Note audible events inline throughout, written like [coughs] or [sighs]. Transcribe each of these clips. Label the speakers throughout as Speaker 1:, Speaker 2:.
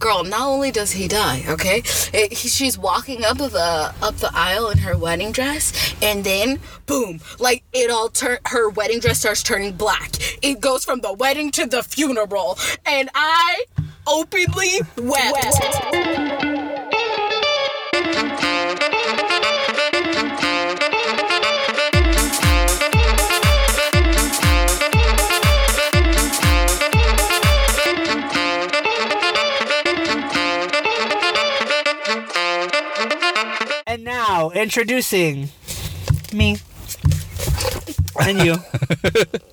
Speaker 1: girl, not only does he die, okay? It, he, she's walking up the up the aisle in her wedding dress, and then boom, like it all turn. Her wedding dress starts turning black. It goes from the wedding to the funeral, and I openly wept.
Speaker 2: And now introducing me and you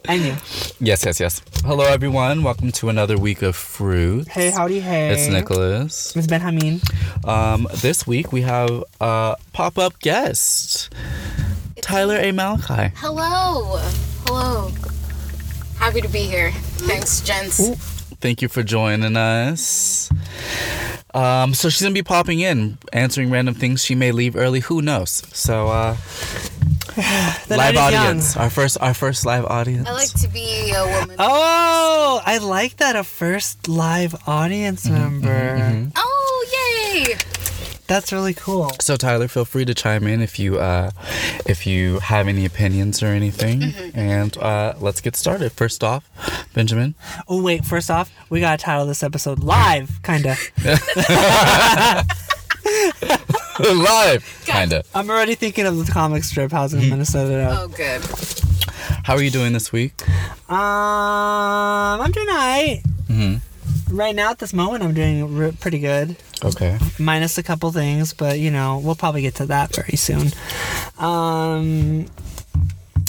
Speaker 2: and you.
Speaker 3: Yes, yes, yes. Hello, everyone. Welcome to another week of fruit.
Speaker 2: Hey, howdy, hey.
Speaker 3: It's Nicholas.
Speaker 2: It's Benjamin.
Speaker 3: Um, this week we have a pop-up guest, Tyler A. Malachi.
Speaker 1: Hello, hello. Happy to be here. Thanks, gents.
Speaker 3: Thank you for joining us. Um, so she's gonna be popping in, answering random things. She may leave early. Who knows? So [sighs] uh,
Speaker 2: The night
Speaker 3: live
Speaker 2: is young.
Speaker 3: audience. Our first, our first live audience.
Speaker 1: I like to be a woman.
Speaker 2: Oh, I like that a first live audience member.
Speaker 1: mm-hmm. Oh, yay!
Speaker 2: That's really cool.
Speaker 3: So Tyler, feel free to chime in if you uh, if you have any opinions or anything.
Speaker 2: Mm-hmm,
Speaker 3: And uh, let's get started. First off, Benjamin. [laughs]
Speaker 2: Oh wait, first off, we gotta title this episode live, kinda.
Speaker 3: Live, kinda.
Speaker 2: I'm already thinking of the comic strip. How's it gonna set it up?
Speaker 1: Oh, good.
Speaker 3: How are you doing this week?
Speaker 2: Um, I'm doing alright.
Speaker 3: Mhm.
Speaker 2: Right now, at this moment, I'm doing re- pretty good,
Speaker 3: Okay.
Speaker 2: minus a couple things, but you know, we'll probably get to that very soon. Um,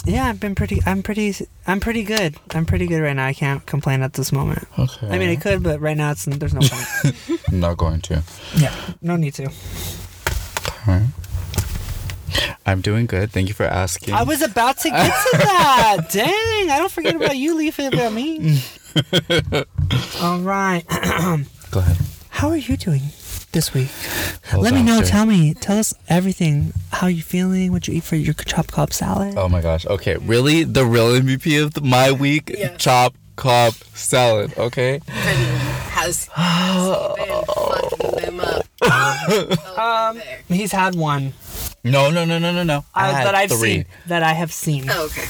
Speaker 2: yeah, I've been pretty. I'm pretty. I'm pretty good. I'm pretty good right now. I can't complain at this moment.
Speaker 3: Okay.
Speaker 2: I mean, I could, but right now, it's there's no point.
Speaker 3: I'm not going to.
Speaker 2: yeah, no need to.
Speaker 3: I'm doing good. Thank you for asking.
Speaker 2: I was about to get to that. Dang, I don't forget about you, Lee, forget about me. All right.
Speaker 3: Go ahead.
Speaker 2: How are you doing this week?
Speaker 3: Hold
Speaker 2: Let me
Speaker 3: on,
Speaker 2: know.
Speaker 3: sir.
Speaker 2: Tell me. Tell us everything. How you feeling? What you eat for your chop cob salad?
Speaker 3: Oh my gosh. Okay. Really, the real MVP of the, my week?
Speaker 1: Yeah.
Speaker 3: Chop, cob, salad. Okay.
Speaker 1: Been, has, has he been fucking them up? um,
Speaker 2: He's had one
Speaker 3: No, no, no, no, no, no. I
Speaker 2: uh,
Speaker 3: had
Speaker 2: that I've
Speaker 3: Ah, three.
Speaker 2: seen. That I have seen.
Speaker 1: oh, okay.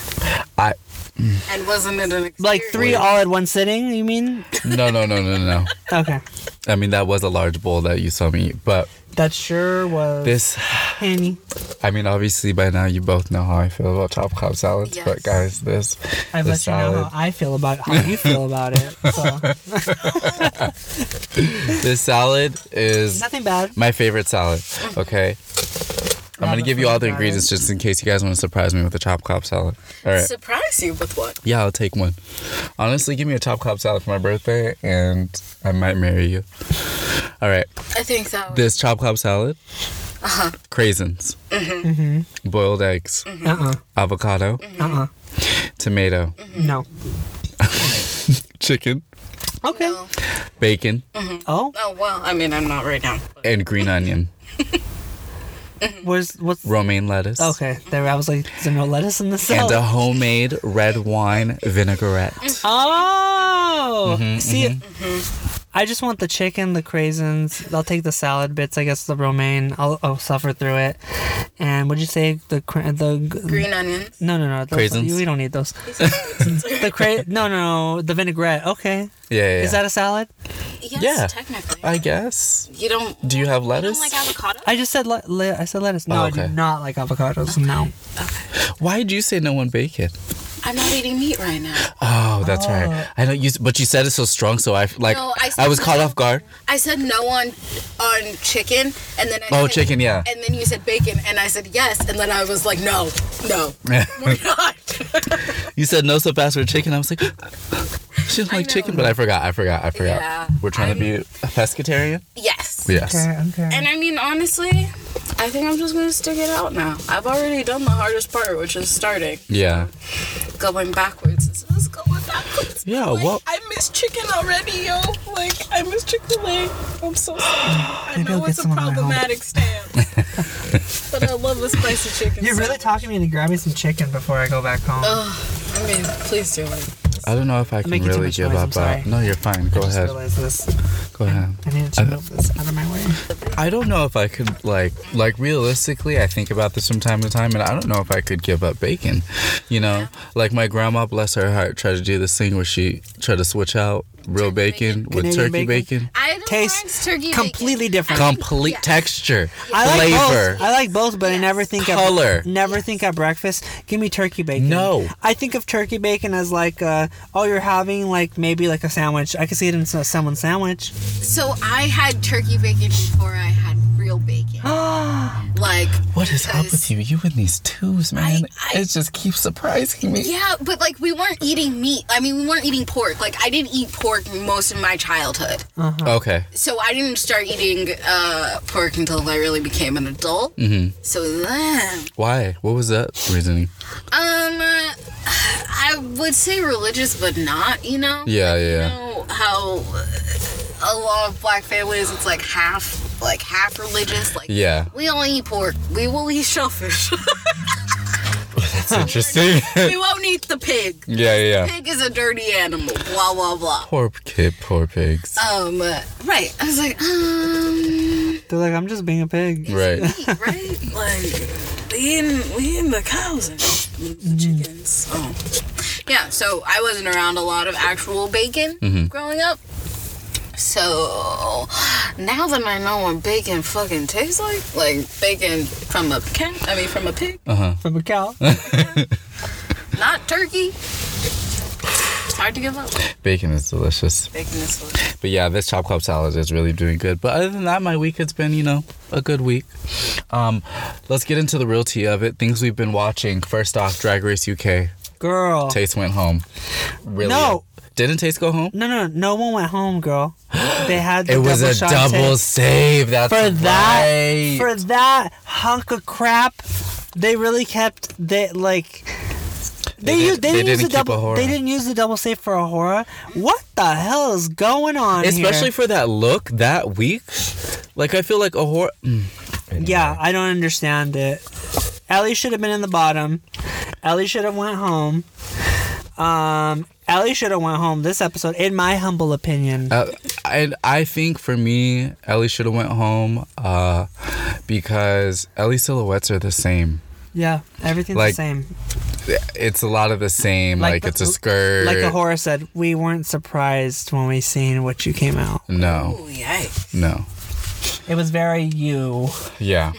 Speaker 3: I
Speaker 1: And wasn't it an experience?
Speaker 2: Like three all at one sitting. You mean?
Speaker 3: no, no, no, no, no.
Speaker 2: Okay.
Speaker 3: I mean, that was a large bowl that you saw me eat, but
Speaker 2: That sure was
Speaker 3: this.
Speaker 2: Hanny.
Speaker 3: I mean, obviously by now you both know how I feel about chop, cob salads,
Speaker 1: Yes.
Speaker 3: but guys, this
Speaker 2: I've
Speaker 3: this
Speaker 2: let you know how I feel about how you feel about it.
Speaker 3: [laughs]
Speaker 2: So
Speaker 3: this salad is
Speaker 2: nothing bad.
Speaker 3: my favorite salad.
Speaker 2: Mm-hmm.
Speaker 3: Okay. I'm gonna
Speaker 2: Rather
Speaker 3: give you all the
Speaker 2: fun
Speaker 3: ingredients just in case you guys want to surprise me with a chop cob salad. All right.
Speaker 1: Surprise you with what?
Speaker 3: Yeah, I'll take one. Honestly, give me a chop cob salad for my birthday, and I might marry you. All right,
Speaker 1: I think that was.
Speaker 3: this chop cob salad,
Speaker 2: Uh-huh.
Speaker 3: craisins,
Speaker 2: Mm-hmm.
Speaker 3: boiled eggs,
Speaker 2: Uh
Speaker 3: avocado,
Speaker 2: uh. Uh uh.
Speaker 3: tomato,
Speaker 1: Mm-hmm.
Speaker 2: No.
Speaker 3: chicken,
Speaker 2: Okay.
Speaker 1: No.
Speaker 3: bacon,
Speaker 2: Oh,
Speaker 1: Oh, well, I mean, I'm not right now. but-
Speaker 3: and green onion,
Speaker 2: where's what's
Speaker 3: romaine lettuce,
Speaker 2: Okay, there I was like, is there no lettuce in the
Speaker 3: and
Speaker 2: salad?
Speaker 3: a homemade red wine vinaigrette.
Speaker 1: Mm-hmm.
Speaker 2: oh,
Speaker 3: Mm-hmm,
Speaker 2: see, I just want the chicken, the craisins. I'll take the salad bits. I guess the romaine. I'll, I'll suffer through it. And would you say the cra- the
Speaker 1: Green onions.
Speaker 2: no no no those,
Speaker 3: Craisins?
Speaker 2: We don't need those. [laughs] the cra- no no no the vinaigrette. Okay,
Speaker 3: Yeah, yeah.
Speaker 2: is
Speaker 3: yeah.
Speaker 2: that a salad?
Speaker 1: Yes,
Speaker 3: Yeah.
Speaker 1: technically.
Speaker 3: I guess.
Speaker 1: you don't.
Speaker 3: Do you have
Speaker 1: You don't
Speaker 3: lettuce?
Speaker 1: like avocado?
Speaker 2: Uh, I just said le- le- I said lettuce. No,
Speaker 3: Oh,
Speaker 2: I
Speaker 3: okay.
Speaker 2: do not like avocados. No.
Speaker 3: Why did you say no one bacon?
Speaker 1: I'm not eating meat right now.
Speaker 3: Oh, that's right. I know you, but you said it so strong, so I like
Speaker 1: No, I
Speaker 3: I,
Speaker 1: said
Speaker 3: was
Speaker 1: no.
Speaker 3: caught off guard.
Speaker 1: I said no on on chicken, and then I
Speaker 3: Oh,
Speaker 1: said-
Speaker 3: chicken, yeah.
Speaker 1: And then you said bacon, and I said yes, and then I was like, no, no, we're not.
Speaker 3: [laughs] You said no so fast for chicken. I was like, she doesn't like
Speaker 1: know.
Speaker 3: chicken, but I forgot. I forgot. I forgot.
Speaker 1: Yeah,
Speaker 3: We're trying to be a pescatarian.
Speaker 1: yes.
Speaker 3: Yes.
Speaker 2: Okay. Okay.
Speaker 1: And I mean, honestly, I think I'm just gonna stick it out now. I've already done the hardest part, which is starting.
Speaker 3: Yeah.
Speaker 1: Going backwards instead of going backwards.
Speaker 3: Yeah,
Speaker 1: Like,
Speaker 3: well-
Speaker 1: I miss chicken already, yo. Like, I miss Chick fil A. I'm so sorry. I
Speaker 2: Maybe I'll
Speaker 1: know
Speaker 2: get
Speaker 1: it's a
Speaker 2: some on my home.
Speaker 1: problematic
Speaker 2: [laughs]
Speaker 1: stance, but I love a spicy chicken.
Speaker 2: You're really
Speaker 1: so-
Speaker 2: talking me into grabbing some chicken before I go back home.
Speaker 1: I mean, please do it.
Speaker 3: I don't know if I can
Speaker 2: making too
Speaker 3: really
Speaker 2: much
Speaker 3: give
Speaker 2: noise, I'm
Speaker 3: up. Uh,
Speaker 2: sorry.
Speaker 3: no, you're fine. Go
Speaker 2: I just
Speaker 3: ahead.
Speaker 2: realized this.
Speaker 3: Go ahead.
Speaker 2: I needed to
Speaker 3: I-
Speaker 2: move this out of my way.
Speaker 3: I don't know if I could like like realistically I think about this from time to time and I don't know if I could give up bacon. You know? Like my grandma bless her heart tried to do this thing where she tried to switch out real bacon, with
Speaker 2: Canadian
Speaker 3: turkey bacon.
Speaker 2: bacon?
Speaker 1: I don't
Speaker 2: Taste
Speaker 1: mind turkey bacon.
Speaker 2: completely different.
Speaker 3: Complete
Speaker 1: Yeah.
Speaker 3: texture,
Speaker 2: I like
Speaker 3: flavor.
Speaker 2: both. I like both, but I never think
Speaker 3: Color.
Speaker 2: Of, never think at breakfast. Give me turkey bacon.
Speaker 3: No.
Speaker 2: I think of turkey bacon as like, uh, oh, you're having like maybe like a sandwich. I could see it in a- someone's sandwich.
Speaker 1: So I had turkey bacon before I had real bacon.
Speaker 2: [gasps]
Speaker 1: like
Speaker 3: What is up
Speaker 1: because-
Speaker 3: with you? You and these twos, man.
Speaker 1: I-
Speaker 3: it just keeps surprising me.
Speaker 1: Yeah, but like we weren't eating meat. I mean, we weren't eating pork. Like I didn't eat pork most of my childhood.
Speaker 3: Okay.
Speaker 1: So I didn't start eating uh, pork until I really became an adult. Mm-hmm. So then,
Speaker 3: Why? What was that reasoning?
Speaker 1: um, I would say religious, but not. You know.
Speaker 3: Yeah, yeah.
Speaker 1: know how uh, a lot of black families it's like half like half religious like
Speaker 3: Yeah.
Speaker 1: we only eat pork we will eat shellfish [laughs]
Speaker 3: That's interesting.
Speaker 1: we won't eat the pig
Speaker 3: [laughs] yeah, yeah. yeah.
Speaker 1: pig is a dirty animal blah blah blah
Speaker 3: Poor kid, poor pigs.
Speaker 1: um uh, right i was like um
Speaker 2: They're like, I'm just being a
Speaker 1: [laughs]
Speaker 2: pig.
Speaker 3: Right.
Speaker 1: meat, right like we in we in the cows and
Speaker 3: Mm-hmm.
Speaker 1: the chickens oh yeah so i wasn't around a lot of actual bacon
Speaker 3: Mm-hmm.
Speaker 1: growing up So now that I know what bacon fucking tastes like, like bacon from a can, I mean from a pig,
Speaker 3: Oh.
Speaker 2: From a cow.
Speaker 3: [laughs]
Speaker 1: not turkey. It's hard to give up.
Speaker 3: Bacon is delicious.
Speaker 1: Bacon is delicious.
Speaker 3: But yeah, this chop club salad is really doing good. But other than that, my week has been, you know, a good week. Um, let's get into the realty of it. Things we've been watching. First off, Drag Race UK.
Speaker 2: Girl.
Speaker 3: Taste went home. Really?
Speaker 2: No.
Speaker 3: Didn't Taste go home?
Speaker 2: no, no, no one went home, girl. They had the
Speaker 3: It was
Speaker 2: double
Speaker 3: a
Speaker 2: shot
Speaker 3: double
Speaker 2: take.
Speaker 3: save. That's
Speaker 2: for that
Speaker 3: right.
Speaker 2: for that hunk of crap they really kept they like they,
Speaker 3: They
Speaker 2: used,
Speaker 3: didn't-
Speaker 2: they,
Speaker 3: they
Speaker 2: didn't use
Speaker 3: didn't
Speaker 2: the
Speaker 3: keep a
Speaker 2: double
Speaker 3: horror.
Speaker 2: they didn't use the double save for a horror what the hell is going on here?
Speaker 3: Especially for that look that week. Like I feel like a horror.
Speaker 2: yeah i don't understand it ellie should have been in the bottom ellie should have went home um ellie should have went home this episode in my humble opinion
Speaker 3: Uh, I I think for me, Ellie should have went home uh, because Ellie's silhouettes are the same.
Speaker 2: yeah everything's
Speaker 3: like,
Speaker 2: the same
Speaker 3: it's a lot of the same. Like,
Speaker 2: Like the-
Speaker 3: it's a skirt.
Speaker 2: like the horror said we weren't surprised when we seen what you came out
Speaker 3: No,
Speaker 1: Oh yikes!
Speaker 3: no.
Speaker 2: it was very you
Speaker 3: Yeah.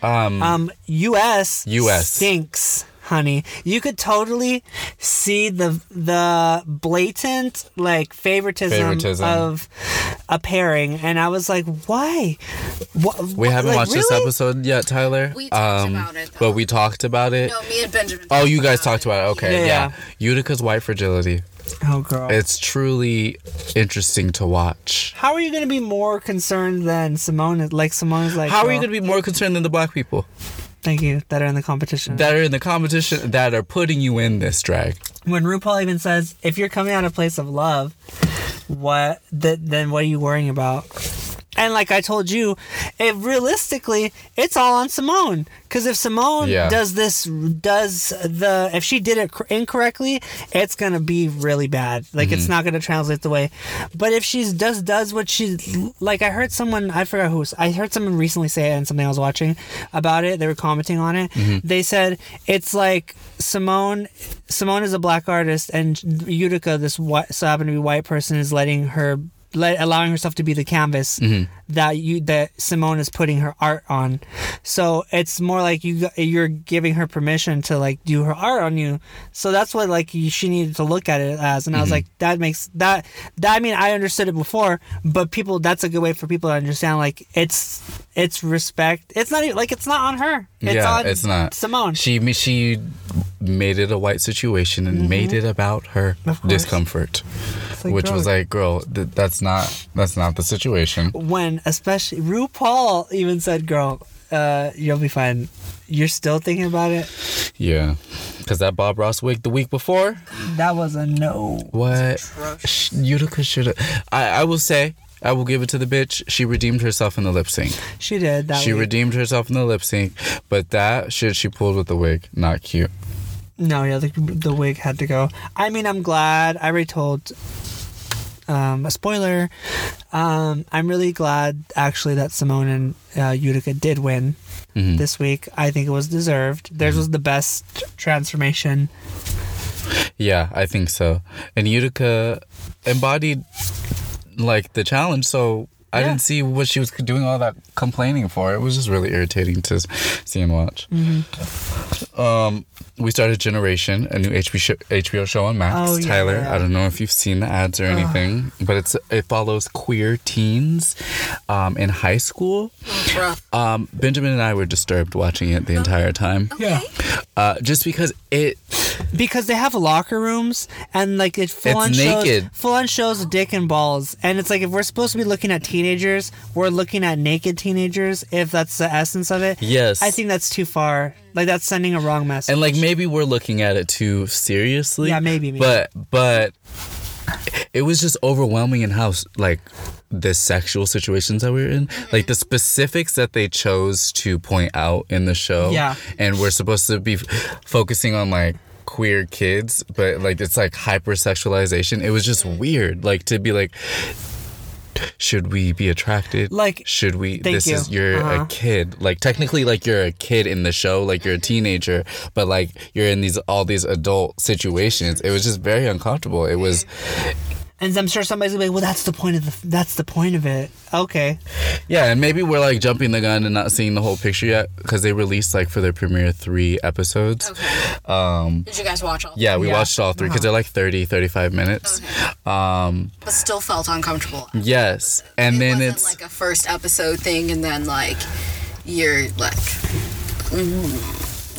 Speaker 3: Mm.
Speaker 2: Um, U.S.
Speaker 3: US.
Speaker 2: stinks, honey. You could totally see the the blatant like favoritism,
Speaker 3: Favoritism.
Speaker 2: of a pairing, and I was like, why? What,
Speaker 3: We haven't watched this episode yet, Tyler. Um,
Speaker 1: We talked about it, though.
Speaker 3: But we talked about it.
Speaker 1: No, me and Benjamin.
Speaker 3: Oh, you guys talked about it. Okay,
Speaker 2: Yeah,
Speaker 3: yeah.
Speaker 2: yeah.
Speaker 3: Utica's white fragility.
Speaker 2: Oh, girl.
Speaker 3: It's truly interesting to watch.
Speaker 2: How are you gonna be more concerned than Simone? is- Like Simone's like,
Speaker 3: How are you
Speaker 2: girl,
Speaker 3: going to be more concerned than the black people
Speaker 2: Thank you that are in the competition.
Speaker 3: that are in the competition that are putting you in this drag?
Speaker 2: when RuPaul even says, if you're coming out of place of love, what th- then what are you worrying about? And like I told you, it realistically, it's all on Simone. Because if Simone
Speaker 3: Yeah.
Speaker 2: does this, does the if she did it cor- incorrectly, it's gonna be really bad. Like it's not gonna translate the way. But if she's just does what she like, I heard someone I forgot who I heard someone recently say it and something I was watching about it. They were commenting on it. They said it's like Simone. Simone is a black artist, and Utica, this white, so happened to be white person, is letting her let, allowing herself to be the canvas
Speaker 3: Mm-hmm.
Speaker 2: that you that Simone is putting her art on. So it's more like you you're giving her permission to like do her art on you. So that's what like you, she needed to look at it as, and I
Speaker 3: Mm-hmm.
Speaker 2: was like, that makes that that I mean I understood it before, but people that's a good way for people to understand like it's it's respect. It's not even like it's not on her. It's
Speaker 3: yeah,
Speaker 2: on
Speaker 3: it's not.
Speaker 2: Simone.
Speaker 3: She she made it a white situation and made it about her
Speaker 2: Mm-hmm. Of course.
Speaker 3: discomfort,
Speaker 2: like,
Speaker 3: which
Speaker 2: girl.
Speaker 3: was like, girl, th- that's not that's not the situation.
Speaker 2: when especially RuPaul even said, "Girl, uh, you'll be fine." You're still thinking about it.
Speaker 3: Yeah, because that Bob Ross wig the week before,
Speaker 2: That was a no.
Speaker 3: what Sh- Utica should have. I I will say. I will give it to the bitch. She redeemed herself in the lip sync.
Speaker 2: She did that.
Speaker 3: She
Speaker 2: week.
Speaker 3: redeemed herself in the lip sync, but that shit she pulled with the wig, not cute.
Speaker 2: No, yeah, the, the wig had to go. I mean, I'm glad. I already told um, a spoiler. Um, I'm really glad, actually, that Simone and uh, Utica did win
Speaker 3: Mm-hmm.
Speaker 2: this week. I think it was deserved. Theirs was the best transformation.
Speaker 3: Yeah, I think so. And Utica embodied like the challenge, so I
Speaker 2: Yeah.
Speaker 3: didn't see what she was doing all that complaining for. It was just really irritating to s- see and watch.
Speaker 2: Mm-hmm.
Speaker 3: Um, we started Generation, a new HBO show, HBO show on Max.
Speaker 2: Oh, yeah.
Speaker 3: Tyler, I don't know if you've seen the ads or anything, but it's it follows queer teens um, in high school.
Speaker 1: Bruh.
Speaker 3: Um, Benjamin and I were disturbed watching it the entire time,
Speaker 2: Yeah.
Speaker 3: uh, just because it.
Speaker 2: Because they have locker rooms and like it full
Speaker 3: It's
Speaker 2: on shows
Speaker 3: naked.
Speaker 2: full on shows dick and balls. And it's like if we're supposed to be looking at teenagers, we're looking at naked teenagers, if that's the essence of it.
Speaker 3: Yes.
Speaker 2: I think that's too far. Like that's sending a wrong message.
Speaker 3: and like maybe we're looking at it too seriously.
Speaker 2: Yeah, maybe, maybe.
Speaker 3: But but it was just overwhelming in how s- like the sexual situations that we were in, like the specifics that they chose to point out in the show.
Speaker 2: Yeah.
Speaker 3: and we're supposed to be f- focusing on like queer kids, but like it's like hypersexualization. It was just weird, like to be like. Should we be attracted?
Speaker 2: Like,
Speaker 3: should we?
Speaker 2: thank
Speaker 3: This
Speaker 2: you.
Speaker 3: is you're
Speaker 2: Uh-huh.
Speaker 3: a kid. Like technically, like you're a kid in the show, like you're a teenager, but like you're in these all these adult situations. It was just very uncomfortable. It was
Speaker 2: And I'm sure somebody's gonna be like, "Well, that's the point of the. That's the point of it." Okay.
Speaker 3: yeah, and maybe we're like jumping the gun and not seeing the whole picture yet because they released like for their premiere three episodes.
Speaker 1: Okay.
Speaker 3: Um,
Speaker 1: Did you guys watch all?
Speaker 3: yeah, we
Speaker 2: Yeah.
Speaker 3: watched all three because they're like 30, 35 minutes. Um,
Speaker 1: But still felt uncomfortable.
Speaker 3: yes, and
Speaker 1: it
Speaker 3: then
Speaker 1: wasn't
Speaker 3: it's
Speaker 1: like a first episode thing, and then like you're like, mm,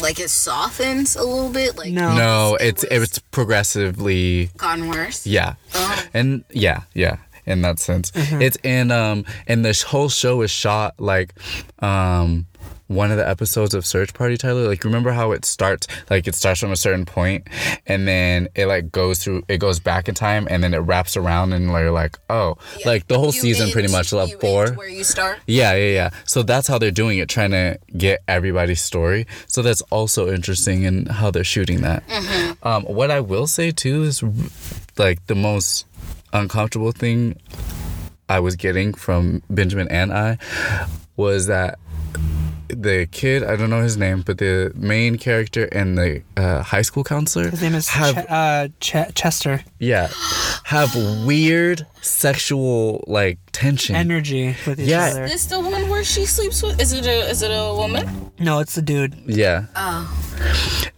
Speaker 1: like it softens a little bit. Like
Speaker 2: No.
Speaker 3: no, it's
Speaker 1: was
Speaker 3: it's progressively
Speaker 1: gotten worse.
Speaker 3: Yeah.
Speaker 1: Oh. Mm-hmm.
Speaker 3: And yeah, yeah, in that sense. It's in um and this whole show is shot like um one of the episodes of Search Party Tyler, like remember how it starts like it starts from a certain point and then it like goes through it goes back in time and then it wraps around and you're like, oh like the whole
Speaker 1: You
Speaker 3: season pretty
Speaker 1: end-
Speaker 3: much
Speaker 1: you
Speaker 3: left
Speaker 1: end
Speaker 3: four.
Speaker 1: Where you start.
Speaker 3: Yeah, yeah, yeah. So that's how they're doing it, trying to get everybody's story. So that's also interesting in how they're shooting that. Um, what I will say too is, like, the most uncomfortable thing I was getting from Benjamin and I was that the kid I don't know his name, but the main character and the uh, high school counselor
Speaker 2: His name is
Speaker 3: have
Speaker 2: Ch- uh, Ch- Chester.
Speaker 3: yeah have weird sexual like tension.
Speaker 2: Energy with each
Speaker 3: Mm. Yeah.
Speaker 2: other.
Speaker 1: Is the one where she sleeps with? Is it a is it a woman?
Speaker 2: No, it's the dude.
Speaker 3: yeah.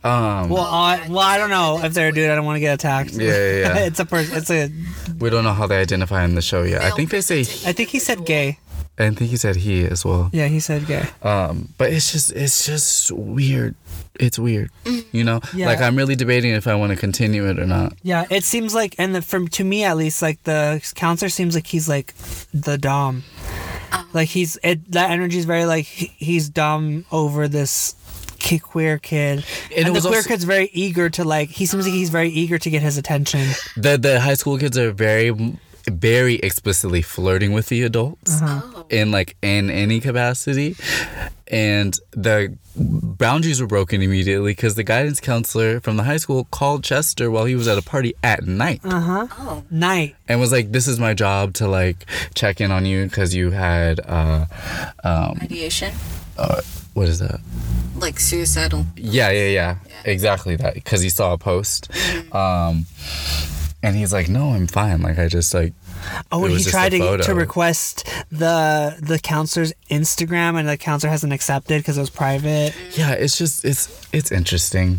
Speaker 3: Um.
Speaker 2: Well, I, well, I don't know if they're a dude. I don't want to get attacked.
Speaker 3: Yeah, yeah,
Speaker 2: [laughs]
Speaker 3: yeah.
Speaker 2: it's a person. It's a.
Speaker 3: We don't know how they identify in the show yet. I think they say,
Speaker 2: I think he said gay.
Speaker 3: I think he said he as well.
Speaker 2: Yeah, he said gay.
Speaker 3: Um, but it's just, it's just weird. It's weird, you know.
Speaker 2: Yeah.
Speaker 3: Like I'm really debating if I want to continue it or not.
Speaker 2: Yeah, it seems like, and the, from to me at least, like the counselor seems like he's like the dom. Like he's it. That energy is very like he- he's dom over this ki- queer kid,
Speaker 3: And
Speaker 2: and,
Speaker 3: it
Speaker 2: the
Speaker 3: was
Speaker 2: queer
Speaker 3: also-
Speaker 2: kid's very eager to like. He seems like he's very eager to get his attention.
Speaker 3: The the high school kids are very, very explicitly flirting with the adults in like in any capacity, and the boundaries were broken immediately because the guidance counselor from the high school called Chester while he was at a party at night.
Speaker 1: Oh,
Speaker 2: Night.
Speaker 3: and was like, "This is my job to like check in on you because you had uh, um,
Speaker 1: ideation,
Speaker 3: what is that?
Speaker 1: like suicidal.
Speaker 3: Yeah, yeah, yeah, exactly that because he saw a post, um, and he's like, "No, I'm fine. Like I just like
Speaker 2: Oh,
Speaker 3: It
Speaker 2: and
Speaker 3: was
Speaker 2: he
Speaker 3: just
Speaker 2: tried
Speaker 3: the
Speaker 2: to, to
Speaker 3: photo.
Speaker 2: request the the counselor's Instagram, and the counselor hasn't accepted because it was private.
Speaker 3: yeah. It's just it's it's interesting.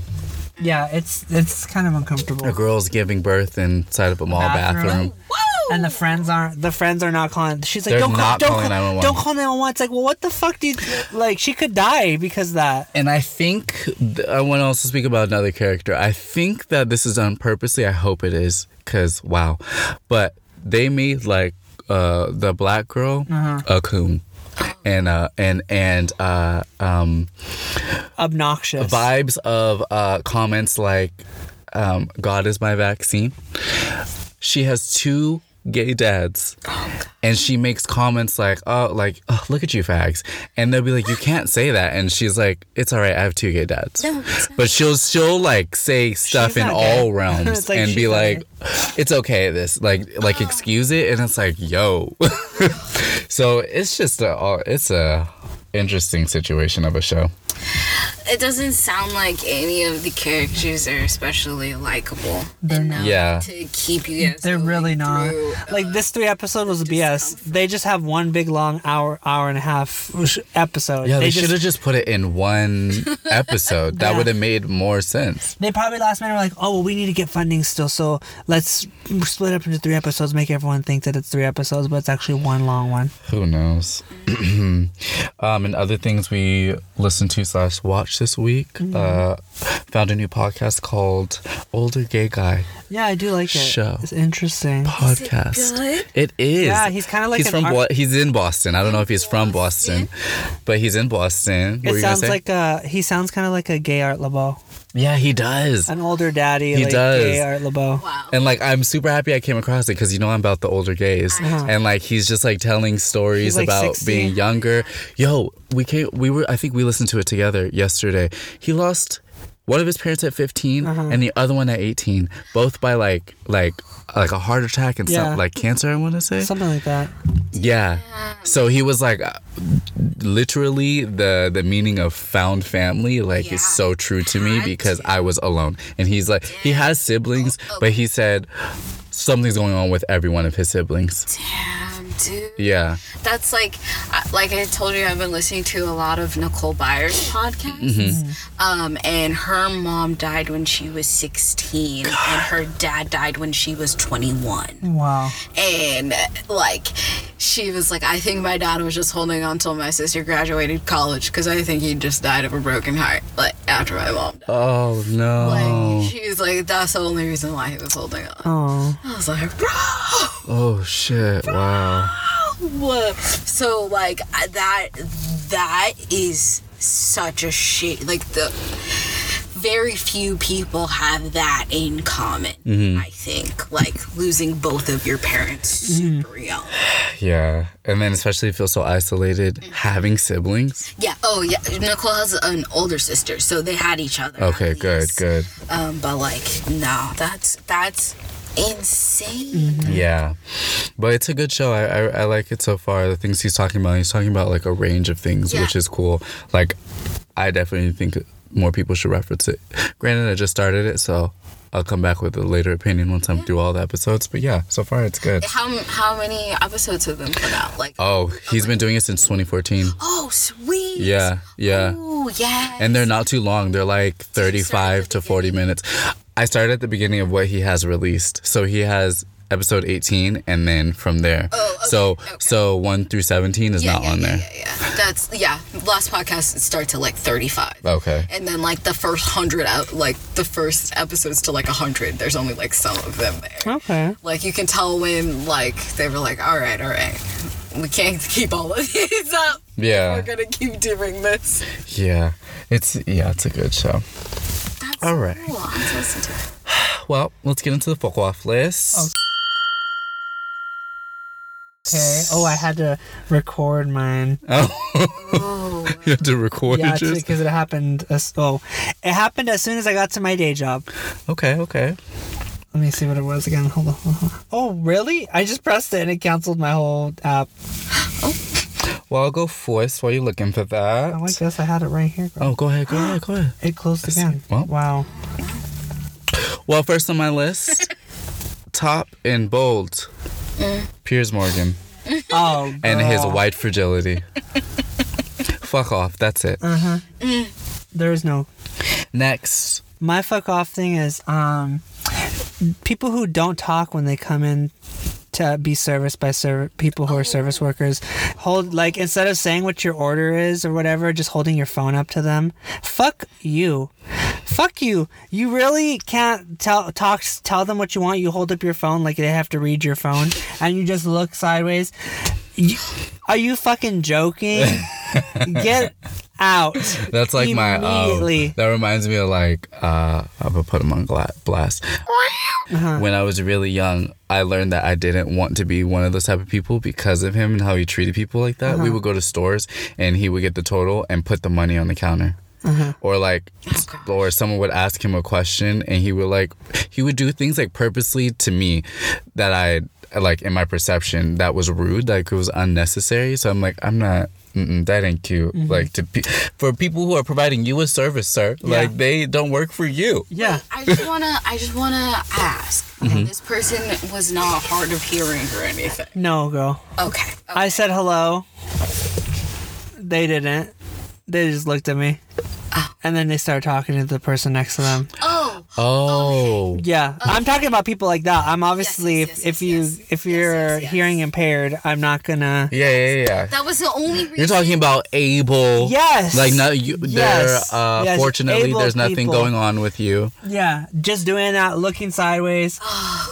Speaker 2: Yeah, it's it's kind of uncomfortable.
Speaker 3: A girl's giving birth inside of a mall
Speaker 2: Bathroom.
Speaker 3: bathroom.
Speaker 1: Whoa!
Speaker 2: And the friends aren't. The friends are not calling. She's like,
Speaker 3: They're
Speaker 2: don't call,
Speaker 3: not
Speaker 2: don't
Speaker 3: calling
Speaker 2: call,
Speaker 3: 911.
Speaker 2: don't call 911. It's like, well, what the fuck do you like? She could die because of that.
Speaker 3: And I think th- I want to also speak about another character. I think that this is done purposely. I hope it is, cause wow, but they made like uh, the black girl a coon, and uh, and and uh, um,
Speaker 2: Obnoxious.
Speaker 3: vibes of uh, comments like um, "God is my vaccine." She has two gay dads.
Speaker 2: Oh,
Speaker 3: and she makes comments like, oh, like, oh, look at you fags. And they'll be like, you can't say that. And she's like, it's all right. I have two gay dads.
Speaker 1: No, it's
Speaker 3: but she'll, she'll like say stuff
Speaker 2: She's
Speaker 3: in
Speaker 2: not gay. [laughs]
Speaker 3: all realms
Speaker 2: It's like
Speaker 3: and be
Speaker 2: she's not
Speaker 3: like, it's okay. This like,
Speaker 2: [gasps]
Speaker 3: like excuse it. And it's like, yo. [laughs] so it's just a, it's a interesting situation of a show.
Speaker 1: It doesn't sound like any of the characters are especially likable. enough
Speaker 3: Yeah.
Speaker 1: To keep you guys.
Speaker 2: They're
Speaker 1: going
Speaker 2: really not.
Speaker 1: through, uh,
Speaker 2: Like this three episode was BS. They just have one big long hour, hour and a half sh- episode.
Speaker 3: Yeah, they,
Speaker 2: just-
Speaker 3: should have just put it in one
Speaker 2: [laughs]
Speaker 3: episode. That
Speaker 2: Yeah.
Speaker 3: would have made more sense.
Speaker 2: They probably last minute were like, oh, well, we need to get funding still, so let's split up into three episodes, make everyone think that it's three episodes, but it's actually one long one.
Speaker 3: Who knows? [clears throat] um, and other things we listened to slash watch this week.
Speaker 2: Mm-hmm.
Speaker 3: Uh, found a new podcast called Older Gay Guy
Speaker 2: Yeah, I do like it.
Speaker 3: Show.
Speaker 2: It's interesting.
Speaker 3: Podcast.
Speaker 1: good?
Speaker 3: It is.
Speaker 2: Yeah, he's kinda like
Speaker 3: he's
Speaker 2: an
Speaker 3: from
Speaker 2: art-
Speaker 3: Bo- he's in Boston. I don't know if he's from Boston, but he's in Boston. What were
Speaker 2: It
Speaker 3: you gonna
Speaker 2: sounds
Speaker 3: say?
Speaker 2: like a he sounds kind of like a gay Art LeBeau,
Speaker 3: yeah, he does.
Speaker 2: an older daddy.
Speaker 3: He
Speaker 2: like,
Speaker 3: does.
Speaker 2: Gay Art LeBeau.
Speaker 1: Wow.
Speaker 3: And like I'm super happy I came across it because you know I'm about the older gays, and like he's just like telling stories
Speaker 2: Uh-huh. He's, like,
Speaker 3: about
Speaker 2: 60.
Speaker 3: being younger. Yo, we came, we were, I think we listened to it together yesterday. He lost one of his parents at 15
Speaker 2: Uh-huh.
Speaker 3: and the other one at 18, both by like like like a heart attack and
Speaker 2: Yeah.
Speaker 3: some like cancer. I want to say
Speaker 2: Something like that.
Speaker 3: yeah. So he was like, uh, literally the the meaning of found family like
Speaker 1: Yeah.
Speaker 3: is so true to me
Speaker 1: Had
Speaker 3: because I was alone, and he's like he has siblings,
Speaker 1: Oh,
Speaker 3: but he said something's going on with every one of his siblings.
Speaker 1: Damn, dude.
Speaker 3: Yeah,
Speaker 1: That's like, I- like I told you, I've been listening to a lot of Nicole Byers podcasts. Um, and her mom died when she was 16, and her dad died when she was 21.
Speaker 2: Wow.
Speaker 1: And like, she was like, I think my dad was just holding on till my sister graduated college because I think he just died of a broken heart, like after my mom. Died.
Speaker 3: Oh
Speaker 1: Like,
Speaker 3: no.
Speaker 1: she was like, that's the only reason why he was holding on.
Speaker 2: Oh,
Speaker 1: I was like, bro.
Speaker 3: Oh shit. Wow.
Speaker 1: Whoa. So like I- that that is such a shit like the very few people have that in common
Speaker 3: Mm-hmm.
Speaker 1: i think like losing both of your parents super young
Speaker 3: Yeah. And then especially feel so isolated
Speaker 1: Mm-hmm.
Speaker 3: having siblings.
Speaker 1: yeah oh yeah nicole has an older sister so they had each other at
Speaker 3: Okay, good,
Speaker 1: least.
Speaker 3: good.
Speaker 1: um but like no that's that's insane
Speaker 3: Yeah, but it's a good show. I, I I like it so far. The things he's talking about, he's talking about like a range of things,
Speaker 1: Yeah.
Speaker 3: which is cool. Like, I definitely think more people should reference it. Granted, I just started it, so I'll come back with a later opinion once I'm through all the episodes. But yeah, so far it's good.
Speaker 1: how how many episodes have been put out like
Speaker 3: Oh, he's been doing it since
Speaker 1: [gasps]
Speaker 3: 2014.
Speaker 1: oh sweet
Speaker 3: Yeah, yeah.
Speaker 1: oh yeah
Speaker 3: And they're not too long. They're like 35 to 40 minutes. I started at the beginning of what he has released. So he has episode 18 and then from there.
Speaker 1: Oh, okay,
Speaker 3: so
Speaker 1: okay.
Speaker 3: so 1 through 17 is
Speaker 1: yeah,
Speaker 3: not
Speaker 1: yeah,
Speaker 3: on
Speaker 1: yeah,
Speaker 3: there.
Speaker 1: Yeah, yeah, that's yeah. Last podcast starts at like thirty-five.
Speaker 3: Okay.
Speaker 1: And then like the first hundred, out like the first episodes to like hundred. There's only like some of them there.
Speaker 2: okay.
Speaker 1: Like you can tell when like they were like, all right, all right, we can't keep all of these up.
Speaker 3: Yeah.
Speaker 1: We're gonna keep doing this.
Speaker 3: Yeah. It's yeah, it's a good show.
Speaker 1: That's
Speaker 3: All right.
Speaker 1: Cool. I'm to listen to it.
Speaker 3: Well, let's get into the fuck off list.
Speaker 2: Okay. Oh, I had to record mine.
Speaker 3: Oh,
Speaker 1: Oh.
Speaker 3: [laughs] You had to record
Speaker 2: Yeah,
Speaker 3: yours.
Speaker 2: because it happened. As, oh, it happened as soon as I got to my day job.
Speaker 3: Okay, okay.
Speaker 2: Let me see what it was again. Hold on. Hold on. Oh, really? I just pressed it and it canceled my whole app.
Speaker 3: Well, I'll go first while you're looking for that.
Speaker 2: Oh, I like this. I had it right here. girl.
Speaker 3: Oh, go ahead, go ahead, go ahead.
Speaker 2: It closed
Speaker 3: see.
Speaker 2: again.
Speaker 3: Well.
Speaker 2: Wow.
Speaker 3: Well, first on
Speaker 2: [laughs]
Speaker 3: my list, top in bold, Piers Morgan
Speaker 2: Mm. Oh,
Speaker 3: and his
Speaker 2: girl. [laughs]
Speaker 3: white fragility. Fuck off. That's it.
Speaker 2: Uh-huh. There is no.
Speaker 3: Next.
Speaker 2: My fuck off thing is um, people who don't talk when they come in to be serviced by serv- people who are service workers hold like instead of saying what your order is or whatever just holding your phone up to them fuck you fuck you you really can't tell talk tell them what you want you hold up your phone like they have to read your phone and you just look sideways you, are you fucking joking get out.
Speaker 3: That's like my. Um,
Speaker 2: Immediately.
Speaker 3: that reminds me of like uh, I'm gonna put them on gla- blast.
Speaker 2: Uh-huh.
Speaker 3: When I was really young, I learned that I didn't want to be one of those type of people because of him and how he treated people like that.
Speaker 2: Uh-huh.
Speaker 3: We would go to stores and he would get the total and put the money on the counter.
Speaker 2: Uh-huh.
Speaker 3: Or like, or someone would ask him a question, and he would like, he would do things like purposely to me, that I like in my perception that was rude, like it was unnecessary. So I'm like, I'm not, mm-mm, that ain't cute.
Speaker 2: Mm-hmm.
Speaker 3: Like to pe- for people who are providing you a service, sir, like they don't work for you.
Speaker 2: Yeah.
Speaker 1: I just wanna, I just wanna ask.
Speaker 3: Mm-hmm.
Speaker 1: This person was not hard of hearing or anything.
Speaker 2: No, girl.
Speaker 1: Okay.
Speaker 2: I said hello. They didn't. They just looked at me.
Speaker 1: Ah.
Speaker 2: And then they started talking to the person next to them.
Speaker 1: Oh,
Speaker 3: Oh,
Speaker 2: Yeah, I'm talking about people like that. I'm obviously
Speaker 1: yes, yes,
Speaker 2: if, if you
Speaker 1: yes.
Speaker 2: if you're
Speaker 1: yes, yes.
Speaker 2: hearing impaired, I'm not gonna.
Speaker 3: yeah, yeah, yeah.
Speaker 1: that was the only reason.
Speaker 3: You're talking about able.
Speaker 2: Yes.
Speaker 3: Like no, you.
Speaker 2: Yes.
Speaker 3: There. Uh,
Speaker 2: Yes,
Speaker 3: Fortunately,
Speaker 2: able
Speaker 3: there's nothing
Speaker 2: people.
Speaker 3: going on with you.
Speaker 2: Yeah, just doing that,
Speaker 1: [gasps]
Speaker 2: looking sideways,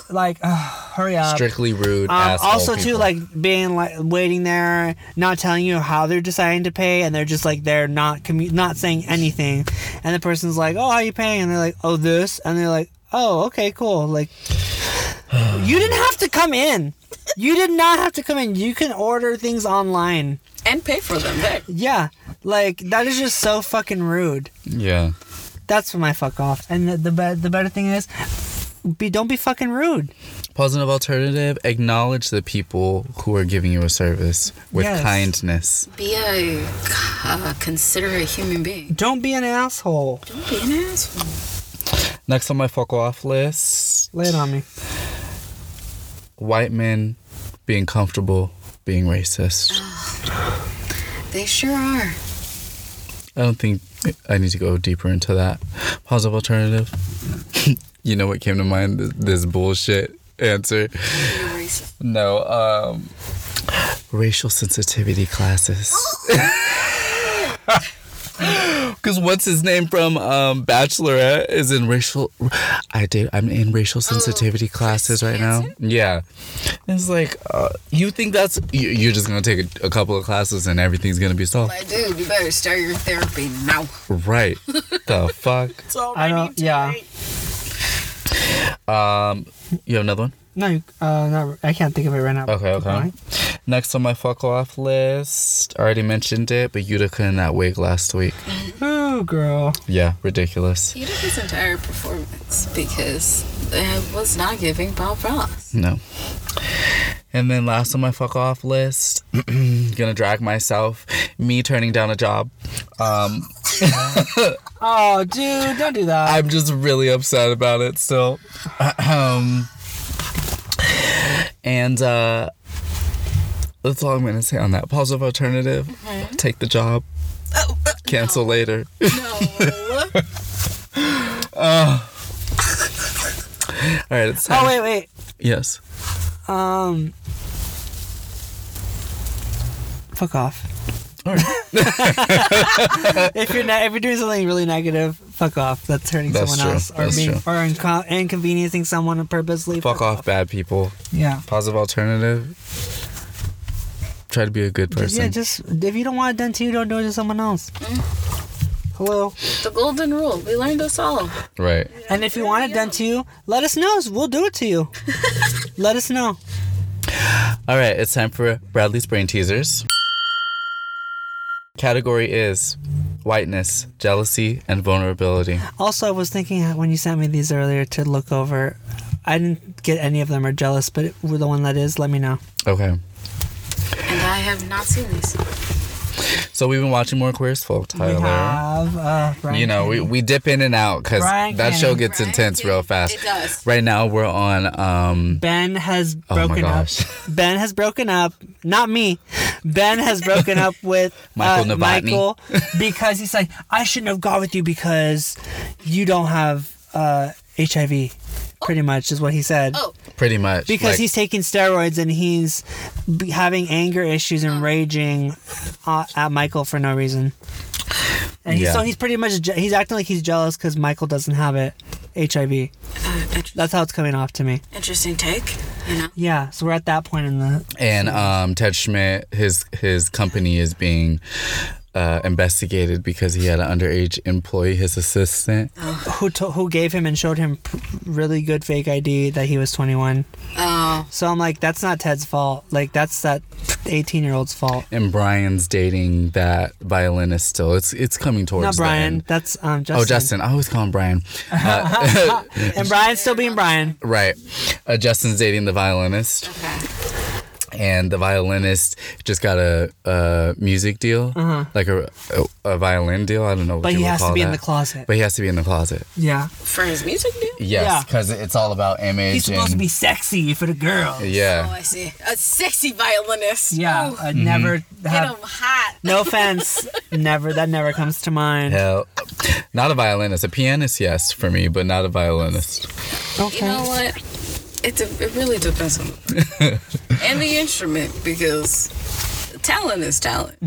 Speaker 2: like uh, hurry up.
Speaker 3: Strictly rude.
Speaker 2: Um,
Speaker 3: asshole
Speaker 2: also, too,
Speaker 3: people.
Speaker 2: like being like waiting there, not telling you how they're deciding to pay, and they're just like they're not commu- not saying anything, and the person's like, "Oh, how you paying?" And they're like, "Oh, this," and they're like, "Oh, okay, cool." Like, you didn't have to come in. You did not have to come in. You can order things online.
Speaker 1: and pay for them there.
Speaker 2: Yeah, like that is just so fucking rude.
Speaker 3: Yeah.
Speaker 2: That's my fuck off. And the the, be- the better thing is, be don't be fucking rude.
Speaker 3: Positive alternative. Acknowledge the people who are giving you a service with
Speaker 2: Yes.
Speaker 3: kindness.
Speaker 1: Be a uh, considerate human being.
Speaker 2: Don't be an asshole.
Speaker 1: Don't be an asshole.
Speaker 3: Next on my fuck off list,
Speaker 2: Lay it on me.
Speaker 3: white men being comfortable being racist.
Speaker 1: They sure are.
Speaker 3: I don't think I need to go deeper into that. Positive alternative. [laughs] you know what came to mind? This, this bullshit answer.
Speaker 1: You're racist.
Speaker 3: No, um racial sensitivity classes. [laughs] Cause what's his name from um, Bachelorette is in racial. I did. I'm in racial sensitivity classes right now. Yeah, it's like uh, you think that's you- you're just gonna take a, a couple of classes and everything's gonna be solved,
Speaker 1: But dude, you better start your therapy now.
Speaker 3: right? the fuck.
Speaker 1: It's all
Speaker 2: I don't- yeah.
Speaker 3: Um, you have another one.
Speaker 2: No, you- uh, not, I can't think of it right now.
Speaker 3: Okay,
Speaker 2: Keep
Speaker 3: okay.
Speaker 2: going.
Speaker 3: Next on my fuck off list, I already mentioned it, but Utica in that wig last week.
Speaker 2: Ooh, girl.
Speaker 3: Yeah, ridiculous.
Speaker 1: He did his entire performance because it was not giving Bob Ross.
Speaker 3: No. And then last on my fuck off list, [clears throat] gonna drag myself, me turning down a job. Um,
Speaker 2: Oh, dude, don't do that.
Speaker 3: I'm just really upset about it still. [clears throat] um, and uh, that's all I'm gonna say on that. Positive alternative,
Speaker 2: Mm-hmm.
Speaker 3: take the job, cancel later.
Speaker 1: [laughs] No. uh,
Speaker 3: all right, it's time.
Speaker 2: oh, wait, wait.
Speaker 3: Yes.
Speaker 2: Um, fuck off.
Speaker 3: [laughs] All right.
Speaker 2: [laughs] If you're not, if you're doing something really negative, fuck off. That's hurting
Speaker 3: That's
Speaker 2: someone
Speaker 3: true.
Speaker 2: else or
Speaker 3: That's
Speaker 2: being,
Speaker 3: true.
Speaker 2: or inco- inconveniencing someone purposely.
Speaker 3: Fuck off, bad people.
Speaker 2: Yeah.
Speaker 3: Positive alternative. Try to be a good person.
Speaker 2: Yeah, just if you don't want it done to you, don't do it to someone else. Hello.
Speaker 1: the golden rule. We learned this all.
Speaker 3: right.
Speaker 2: And if you want it done to you, let us know. We'll do it to you. let us know.
Speaker 3: All right, it's time for Bradley's brain teasers. Category is whiteness, jealousy, and vulnerability.
Speaker 2: Also, I was thinking when you sent me these earlier to look over. I didn't get any of them are jealous, but it- the one that is, let me know.
Speaker 3: Okay.
Speaker 1: And I have not seen these.
Speaker 3: So we've been watching more Queer as Folk,
Speaker 2: We
Speaker 3: Tyler.
Speaker 2: have, uh, Brian
Speaker 3: You know, we,
Speaker 2: Kennedy.
Speaker 3: we dip in and out because
Speaker 2: Brian
Speaker 3: that show
Speaker 2: Kennedy.
Speaker 3: gets
Speaker 1: Brian
Speaker 3: intense real
Speaker 1: Kennedy.
Speaker 3: fast.
Speaker 1: It does.
Speaker 3: Right now we're on um
Speaker 2: Ben has
Speaker 3: Oh my
Speaker 2: broken
Speaker 3: gosh. [laughs]
Speaker 2: up. Ben has broken up. Not me. Ben has broken up with
Speaker 3: [laughs] Michael
Speaker 2: uh,
Speaker 3: Novotny.
Speaker 2: Michael
Speaker 3: [laughs]
Speaker 2: because he's like, I shouldn't have gone with you because you don't have uh, HIV. Pretty much is what he said.
Speaker 1: Oh,
Speaker 3: pretty much
Speaker 2: because
Speaker 3: like-
Speaker 2: he's taking steroids and he's b- having anger issues and raging uh, at Michael for no reason. And he's,
Speaker 3: Yeah.
Speaker 2: so he's pretty much je- he's acting like he's jealous because Michael doesn't have it, HIV.
Speaker 1: uh, int-
Speaker 2: That's how it's coming off to me.
Speaker 1: interesting take. You know.
Speaker 2: Yeah, so we're at that point in the
Speaker 3: and um, Ted Schmidt, his his company is being uh, investigated because he had an underage employee, his assistant.
Speaker 2: Who to- who gave him and showed him pr- really good fake ID that he was 21.
Speaker 1: Oh.
Speaker 2: So I'm like, that's not Ted's fault. Like that's that 18 year old's fault.
Speaker 3: And Brian's dating that violinist still. It's it's coming towards
Speaker 2: Not
Speaker 3: the
Speaker 2: Brian.
Speaker 3: end.
Speaker 2: That's um Justin.
Speaker 3: Oh, Justin. I always call him Brian. Uh,
Speaker 2: And Brian's still being Brian.
Speaker 3: right. Uh, Justin's dating the violinist.
Speaker 1: Okay.
Speaker 3: and the violinist just got a, a music deal, like a, a violin deal. I don't know.
Speaker 2: Mm-hmm.
Speaker 3: What
Speaker 2: But
Speaker 3: you
Speaker 2: he
Speaker 3: would
Speaker 2: has to
Speaker 3: call
Speaker 2: be in
Speaker 3: that.
Speaker 2: the closet.
Speaker 3: But he has to be in the closet.
Speaker 2: Yeah.
Speaker 1: For his music dude?
Speaker 3: Yes,
Speaker 2: Yeah.
Speaker 3: because it's all about image.
Speaker 2: He's supposed
Speaker 3: and,
Speaker 2: to be sexy for the girl.
Speaker 1: Oh,
Speaker 3: Yeah.
Speaker 1: I see. A sexy violinist.
Speaker 2: Yeah.
Speaker 1: Ooh,
Speaker 2: I
Speaker 3: Mm-hmm.
Speaker 2: never
Speaker 1: get
Speaker 2: have.
Speaker 1: him hot.
Speaker 2: No
Speaker 1: [laughs]
Speaker 2: offense. never. That never comes to mind.
Speaker 3: Hell, not a violinist. A pianist, yes, for me, but not a violinist.
Speaker 2: Okay.
Speaker 1: You know what? It, de- it really depends on and the instrument because talent is talent.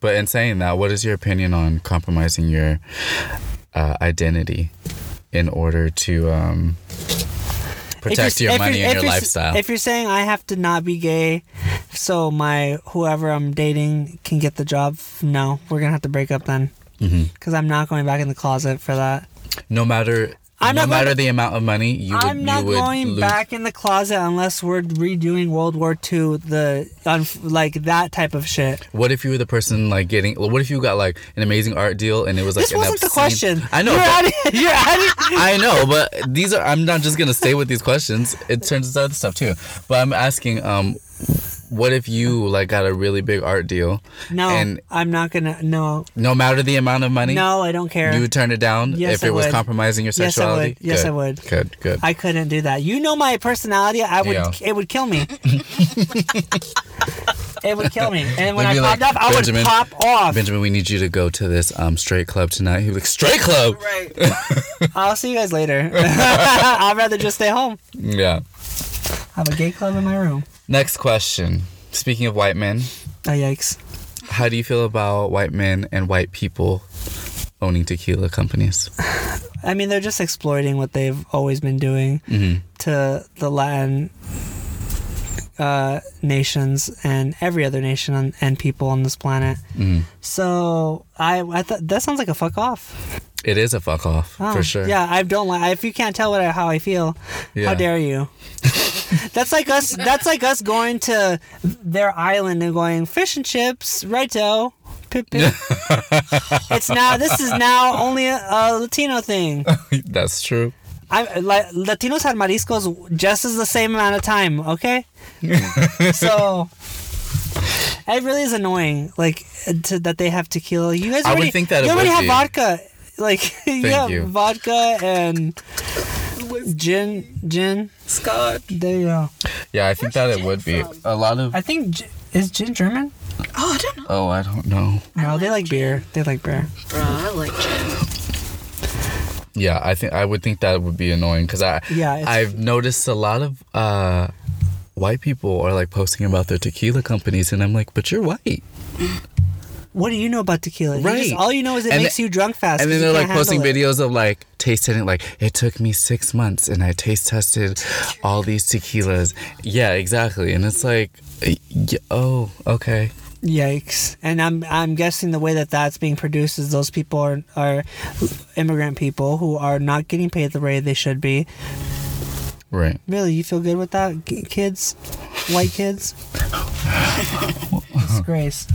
Speaker 3: But in saying that, what is your opinion on compromising your uh, identity in order to um,
Speaker 2: If you're-
Speaker 3: protect your
Speaker 2: if you're-
Speaker 3: money and
Speaker 2: if
Speaker 3: your
Speaker 2: you're-
Speaker 3: lifestyle?
Speaker 2: If you're saying I have to not be gay, so my whoever I'm dating can get the job, no, we're gonna have to break up then.
Speaker 3: Mm-hmm.
Speaker 2: Because I'm not going back in the closet for that.
Speaker 3: no matter.
Speaker 2: I'm
Speaker 3: no
Speaker 2: not going
Speaker 3: matter
Speaker 2: to-
Speaker 3: the amount of money you would,
Speaker 2: I'm not
Speaker 3: you would
Speaker 2: going
Speaker 3: lose.
Speaker 2: back in the closet unless we're redoing World War II, the unf like that type of shit.
Speaker 3: What if you were the person like getting? What if you got like an amazing art deal and it was like
Speaker 2: This
Speaker 3: an
Speaker 2: wasn't the
Speaker 3: obscene-
Speaker 2: question.
Speaker 3: I know.
Speaker 2: You're
Speaker 3: but-
Speaker 2: out of, you're out
Speaker 3: [laughs] I know, but these are. I'm not just gonna stay with these questions. It turns into other stuff too. But I'm asking, um, what if you like got a really big art deal?
Speaker 2: No,
Speaker 3: And
Speaker 2: I'm not gonna. No,
Speaker 3: no matter the amount of money,
Speaker 2: no, I don't care.
Speaker 3: you would turn it down
Speaker 2: Yes,
Speaker 3: if
Speaker 2: I
Speaker 3: it was
Speaker 2: would.
Speaker 3: compromising your
Speaker 2: Yes, I would.
Speaker 3: sexuality.
Speaker 2: Yes, I
Speaker 3: Good.
Speaker 2: would.
Speaker 3: Good, good.
Speaker 2: I couldn't do that. You know my personality. I would.
Speaker 3: Yeah.
Speaker 2: It would kill
Speaker 3: [laughs]
Speaker 2: me. it would kill me. And when
Speaker 3: They'd
Speaker 2: I popped
Speaker 3: be
Speaker 2: off,
Speaker 3: like,
Speaker 2: I would
Speaker 3: "Benjamin,
Speaker 2: pop off.
Speaker 3: Benjamin, we need you to go to this um straight club tonight. He was like, straight club.
Speaker 1: Right.
Speaker 2: I'll see you guys
Speaker 3: [laughs]
Speaker 2: later. [laughs] I'd rather just stay home.
Speaker 3: Yeah.
Speaker 2: Have a gay club in my room.
Speaker 3: Next question. Speaking of white men,
Speaker 2: Oh yikes!
Speaker 3: How do you feel about white men and white people owning tequila companies?
Speaker 2: I mean, they're just exploiting what they've always been doing
Speaker 3: Mm-hmm.
Speaker 2: to the Latin uh, nations and every other nation on, and people on this planet.
Speaker 3: Mm-hmm.
Speaker 2: So I, I thought that sounds like a fuck off.
Speaker 3: It is a fuck off
Speaker 2: Oh,
Speaker 3: for sure.
Speaker 2: Yeah, I don't like. If you can't tell what I, how I feel,
Speaker 3: Yeah.
Speaker 2: how dare
Speaker 3: [laughs]
Speaker 2: you? that's like us. That's like us going to their island and going fish and chips, righto. Pip,
Speaker 3: [laughs]
Speaker 2: pip. it's now. This is now only a, a Latino thing.
Speaker 3: [laughs] that's true.
Speaker 2: I like Latinos had mariscos just as the same amount of time.
Speaker 3: [laughs]
Speaker 2: Okay, so it really is annoying. Like to, that they have tequila. You guys
Speaker 3: I would
Speaker 2: already
Speaker 3: think that
Speaker 2: you
Speaker 3: it
Speaker 2: already
Speaker 3: would
Speaker 2: have
Speaker 3: be.
Speaker 2: vodka. Like [laughs] you have
Speaker 3: you.
Speaker 2: vodka and gin. Gin.
Speaker 1: Scott.
Speaker 2: There you go.
Speaker 3: Yeah, I think that it would be a lot of.
Speaker 2: I think gi- is gin German.
Speaker 1: Oh, I don't know.
Speaker 3: Oh, I don't know.
Speaker 2: No, they like beer. They like beer.
Speaker 1: Bro, I like gin.
Speaker 3: Yeah, I think I would think that would be annoying because I
Speaker 2: Yeah, it's-
Speaker 3: I've noticed a lot of uh, white people are like posting about their tequila companies, and I'm like, but you're white,
Speaker 2: What do you know about tequila? You just-
Speaker 3: Right.
Speaker 2: all you know is it
Speaker 3: And
Speaker 2: makes
Speaker 3: the-
Speaker 2: you drunk fast. 'cause
Speaker 3: and then
Speaker 2: you
Speaker 3: they're like
Speaker 2: can't
Speaker 3: posting
Speaker 2: handle it.
Speaker 3: videos of like tasting it, like it took me six months and I taste tested all these tequilas. Yeah, exactly, and it's like, y- y- oh, okay.
Speaker 2: Yikes! And I'm I'm guessing the way that that's being produced is those people are are immigrant people who are not getting paid the way they should be.
Speaker 3: Right.
Speaker 2: Really, you feel good with that, G- kids, white kids? Disgrace.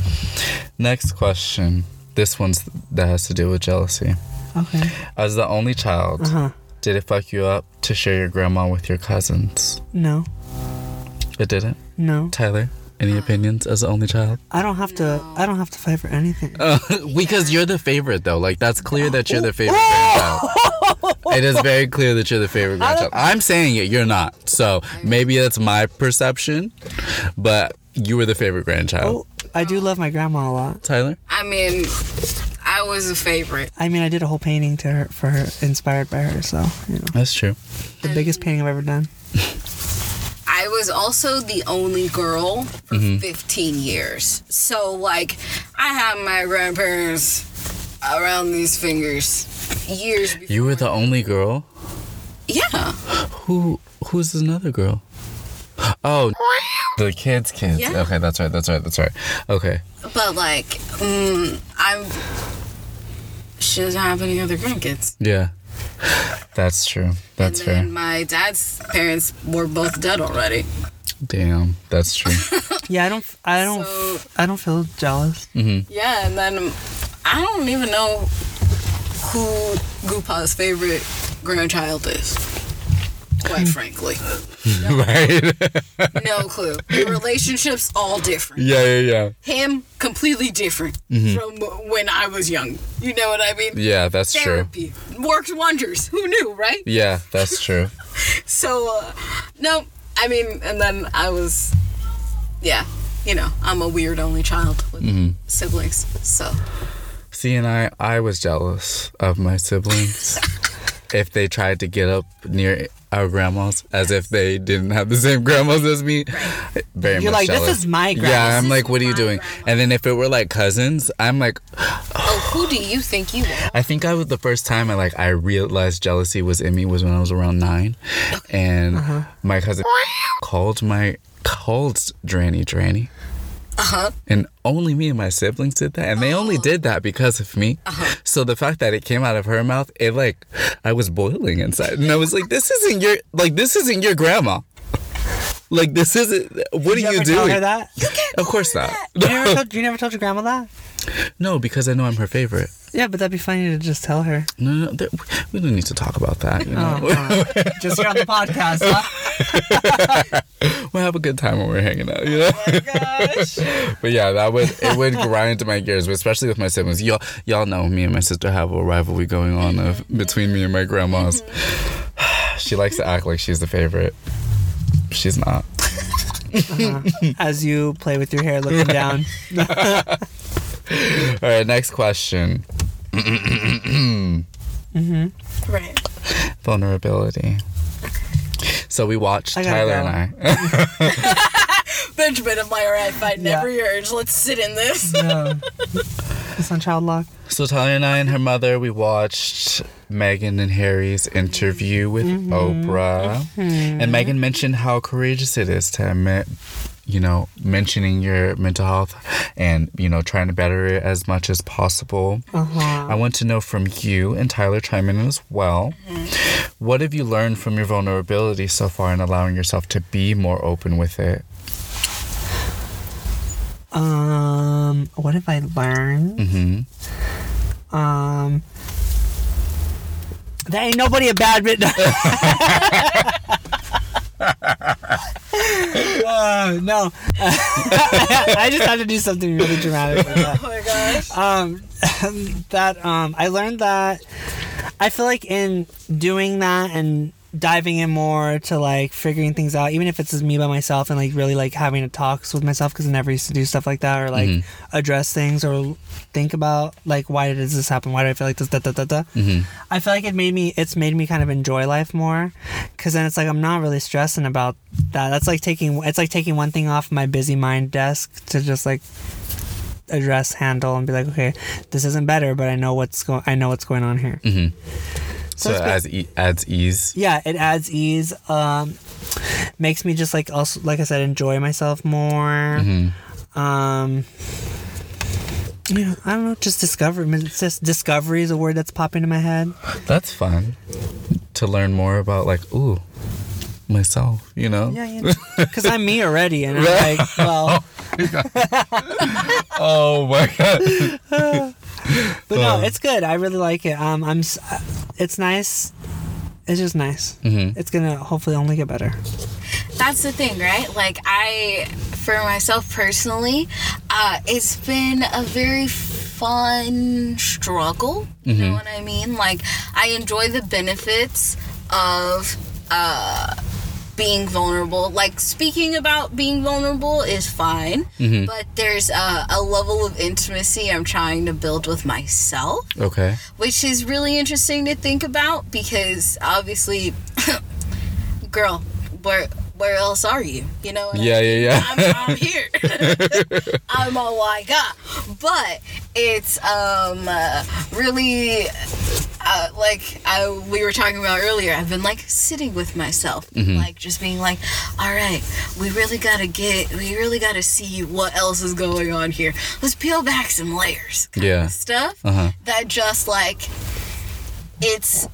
Speaker 3: Next question. This one's that has to do with jealousy.
Speaker 2: Okay.
Speaker 3: As the only child,
Speaker 2: Uh-huh.
Speaker 3: did it fuck you up to share your grandma with your cousins?
Speaker 2: No,
Speaker 3: It didn't.
Speaker 2: no.
Speaker 3: Tyler,
Speaker 1: Uh.
Speaker 3: any opinions as the only [laughs] child?
Speaker 2: I don't have to. I don't have to fight for anything.
Speaker 3: Uh, because you're the favorite, though. Like that's clear that you're the favorite grandchild. It is very clear that you're the favorite grandchild. I'm saying it. You're not. So maybe that's my perception, but you were the favorite grandchild.
Speaker 2: Oh, I do love my grandma a lot.
Speaker 3: Tyler.
Speaker 1: I mean, I was a favorite.
Speaker 2: I mean, I did a whole painting to her for her, inspired by her. So you know,
Speaker 3: That's true.
Speaker 2: the biggest painting I've ever done.
Speaker 1: I was also the only girl for 15 years. So, like, I had my grandparents around these fingers years before.
Speaker 3: You were the only girl.
Speaker 1: Yeah. [laughs]
Speaker 3: Who? Who's another girl? Oh. The kids, kids.
Speaker 1: Yeah.
Speaker 3: Okay, that's right. That's right. That's right. Okay.
Speaker 1: But like, mm, I'm. She doesn't have any other grandkids.
Speaker 3: Yeah. That's true. That's
Speaker 1: and
Speaker 3: fair.
Speaker 1: then my dad's parents were both dead already.
Speaker 3: Damn. That's true.
Speaker 1: [laughs]
Speaker 3: [laughs]
Speaker 2: Yeah, I don't. f- I don't.
Speaker 1: So-
Speaker 2: f I don't feel jealous.
Speaker 1: Yeah, and then I don't even know who Gupa's favorite grandchild is. Quite frankly,
Speaker 3: right?
Speaker 1: no clue. The relationships all different.
Speaker 3: yeah, yeah, yeah. Mm-hmm.
Speaker 1: Him completely different from when I was young. You know what I mean?
Speaker 3: Yeah, that's true.
Speaker 1: Therapy worked wonders. Who knew, right?
Speaker 3: Yeah,
Speaker 2: [laughs]
Speaker 3: that's true.
Speaker 1: So, uh, no, I mean, and then I was, yeah, you know, I'm a weird only child with siblings. So,
Speaker 3: See, and I, I was jealous of my siblings if they tried to get up near our grandmas, as if they didn't have the same grandmas as me. Very
Speaker 2: You're
Speaker 3: much
Speaker 2: like, this
Speaker 3: jealous.
Speaker 2: is my grandma.
Speaker 3: Yeah, I'm
Speaker 1: This
Speaker 3: like,
Speaker 1: is
Speaker 3: what are you
Speaker 1: my
Speaker 3: doing?
Speaker 1: grandma.
Speaker 3: And then if it were like cousins, I'm like,
Speaker 1: oh, who do you think you are?
Speaker 3: I think I was the first time I like I realized jealousy was in me was when I was around nine, and my cousin called my called Dranny Dranny. Uh huh. And only me and my siblings did that, and they only did that because of me. Uh-huh. So the fact that it came out of her mouth, it like I was boiling inside, and I was like, "This isn't your like this isn't your grandma." Like this isn't. What
Speaker 2: You
Speaker 3: are you
Speaker 2: ever
Speaker 3: doing?
Speaker 2: tell her that?
Speaker 3: Of course not.
Speaker 2: You never, told, you never told your grandma that?
Speaker 3: No, because I know I'm her favorite.
Speaker 2: Yeah, but that'd be funny to just tell her.
Speaker 3: No, no, no there- we don't need to talk about that. You know?
Speaker 2: Oh. just here on the podcast. Oh Huh?
Speaker 3: we'll have a good time when we're hanging out, you know. [laughs] but yeah, that would it would grind my gears, but especially with my siblings. Y'all, y'all know me and my sister have a rivalry going on of, between me and my grandmas. she likes to act like she's the favorite. She's not.
Speaker 2: As you play with your hair looking down.
Speaker 3: All right, next question.
Speaker 1: Right.
Speaker 3: Vulnerability. So we watched
Speaker 2: I gotta
Speaker 3: Tyler
Speaker 2: go.
Speaker 3: and I.
Speaker 1: Benjamin, I'm like, all right, fine,
Speaker 2: Yeah.
Speaker 1: never your urge. Let's sit in this.
Speaker 2: [laughs] No. It's on child lock.
Speaker 3: So Talia and I and her mother, we watched Megan and Harry's interview with
Speaker 2: Mm-hmm.
Speaker 3: Oprah, and Megan mentioned how courageous it is to admit, you know, mentioning your mental health and you know trying to better it as much as possible.
Speaker 2: Uh-huh.
Speaker 3: I want to know from you and Tyler chime in as well.
Speaker 2: Mm-hmm.
Speaker 3: What have you learned from your vulnerability so far in allowing yourself to be more open with it?
Speaker 2: Um, what have I learned?
Speaker 3: hmm
Speaker 2: Um, there ain't nobody a bad bit. [laughs] Uh, no, [laughs] I just had to do something really dramatic. Like that.
Speaker 1: Oh my gosh.
Speaker 2: Um, [laughs] that um, I learned that I feel like in doing that and diving in more to like figuring things out, even if it's just me by myself and like really like having to talks with myself because I never used to do stuff like that or like address things or think about like why does this happen? Why do I feel like this? Da da da da. I feel like it made me. It's made me kind of enjoy life more because then it's like I'm not really stressing about that. That's like taking. It's like taking one thing off my busy mind desk to just like address handle and be like okay this isn't better but i know what's going i know what's going on here
Speaker 3: So,
Speaker 2: it's
Speaker 3: it
Speaker 2: been-
Speaker 3: adds, e- adds ease.
Speaker 2: yeah it adds ease um makes me just like also like i said enjoy myself more um you know, I don't know. Just discover. I mean, It's just discovery is a word that's popping into my head.
Speaker 3: That's fun to learn more about, like, ooh, myself, you know?
Speaker 2: Yeah, you know, [laughs] because I'm me already, and I'm like, well,
Speaker 3: Oh my God.
Speaker 2: but no, it's good. I really like it. Um, I'm. s- It's nice. It's just nice. It's gonna hopefully only get better.
Speaker 1: that's the thing, right? Like I, for myself personally, uh, it's been a very fun struggle. You know what I mean? Like I enjoy the benefits of uh, being vulnerable. Like speaking about being vulnerable is fine, but there's a, a level of intimacy I'm trying to build with myself
Speaker 3: Okay.
Speaker 1: which is really interesting to think about because obviously, [laughs] girl, where where else are you? You know? what I
Speaker 3: Yeah, yeah, yeah.
Speaker 1: [laughs] I'm, I'm here. I'm all I got. But It's um uh, really uh, like I, we were talking about earlier. I've been like sitting with myself, like just being like, all right, we really gotta get, we really gotta see what else is going on here. Let's peel back some layers. kind
Speaker 3: Yeah.
Speaker 1: of Stuff
Speaker 3: Uh-huh.
Speaker 1: that just like it's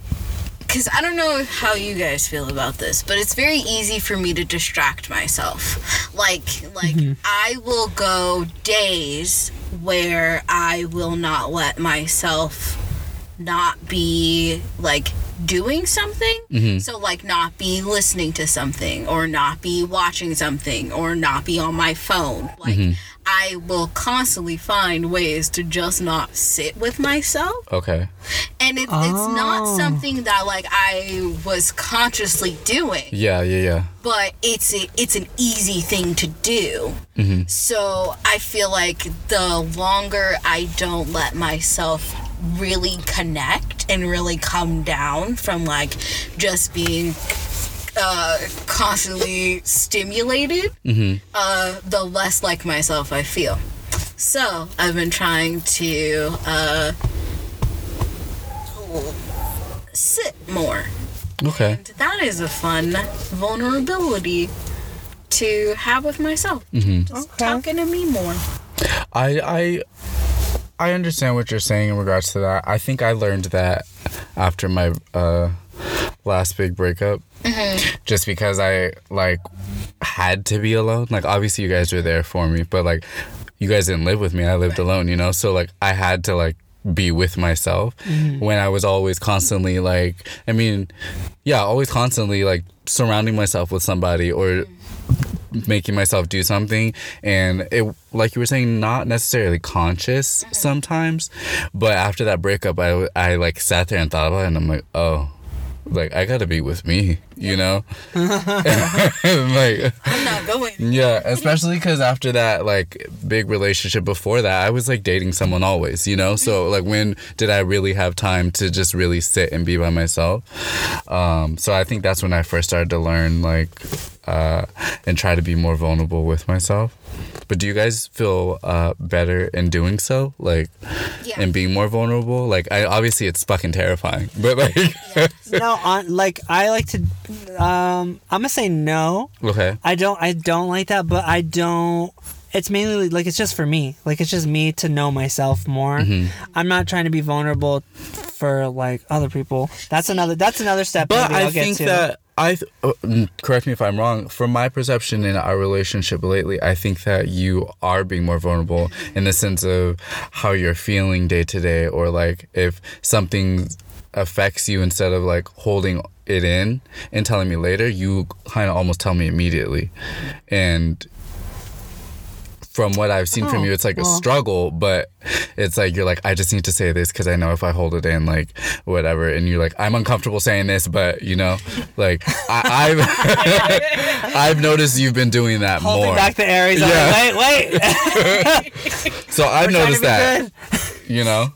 Speaker 1: because I don't know how you guys feel about this, but it's very easy for me to distract myself. Like, like I will go days where I will not let myself not be like doing something. So like not be listening to something or not be watching something or not be on my phone. Like I will constantly find ways to just not sit with myself
Speaker 3: Okay.
Speaker 1: and it, it's not
Speaker 2: Oh.
Speaker 1: something that like I was consciously doing,
Speaker 3: Yeah, yeah, yeah.
Speaker 1: but it's a, it's an easy thing to do. So I feel like the longer I don't let myself really connect and really come down from like just being uh, constantly stimulated, uh, the less like myself I feel. So I've been trying to uh, sit more.
Speaker 3: Okay.
Speaker 1: And that is a fun vulnerability to have with myself. Just
Speaker 2: Okay.
Speaker 1: talking to me more.
Speaker 3: I I I understand what you're saying in regards to that. I think I learned that after my uh, last big breakup, just because I like had to be alone. Like obviously you guys were there for me, but like you guys didn't live with me. I lived alone, you know. So like I had to like be with myself when I was always constantly like I mean, yeah, always constantly like surrounding myself with somebody or making myself do something and it like you were saying not necessarily conscious sometimes but after that breakup I, w- I like sat there and thought about it and i'm like oh like i gotta be with me you know [laughs] like
Speaker 1: I'm not going.
Speaker 3: yeah especially because after that like big relationship before that i was like dating someone always you know so like when did i really have time to just really sit and be by myself um so i think that's when i first started to learn like uh and try to be more vulnerable with myself but do you guys feel uh better in doing so like
Speaker 1: Yeah.
Speaker 3: and being more vulnerable like i obviously it's fucking terrifying but like [laughs]
Speaker 2: no, on, like I like to. Um, I'm gonna say no.
Speaker 3: okay
Speaker 2: I don't. I don't like that, but I don't. It's mainly like it's just for me. Like it's just me to know myself more.
Speaker 3: Mm-hmm.
Speaker 2: I'm not trying to be vulnerable for like other people. That's another. That's another step.
Speaker 3: But
Speaker 2: maybe
Speaker 3: I
Speaker 2: I'll get
Speaker 3: think
Speaker 2: to.
Speaker 3: that I th- uh, mm, correct me if I'm wrong. From my perception in our relationship lately, I think that you are being more vulnerable in the sense of how you're feeling day to day, or like if something affects you instead of like holding it in and telling me later, you kind of almost tell me immediately, and. From what I've seen
Speaker 2: Oh,
Speaker 3: from you, it's like a
Speaker 2: well.
Speaker 3: struggle, but it's like you're like, I just need to say this because I know if I hold it in, like whatever, and you're like, I'm uncomfortable saying this, but you know, like I, I've [laughs] I've noticed you've been doing that
Speaker 2: holding
Speaker 3: more.
Speaker 2: back the Aries.
Speaker 3: Yeah.
Speaker 2: I'm
Speaker 3: [laughs]
Speaker 2: like, [laughs] wait, wait.
Speaker 3: so I've
Speaker 2: trying to
Speaker 3: noticed
Speaker 2: be
Speaker 3: that, you know.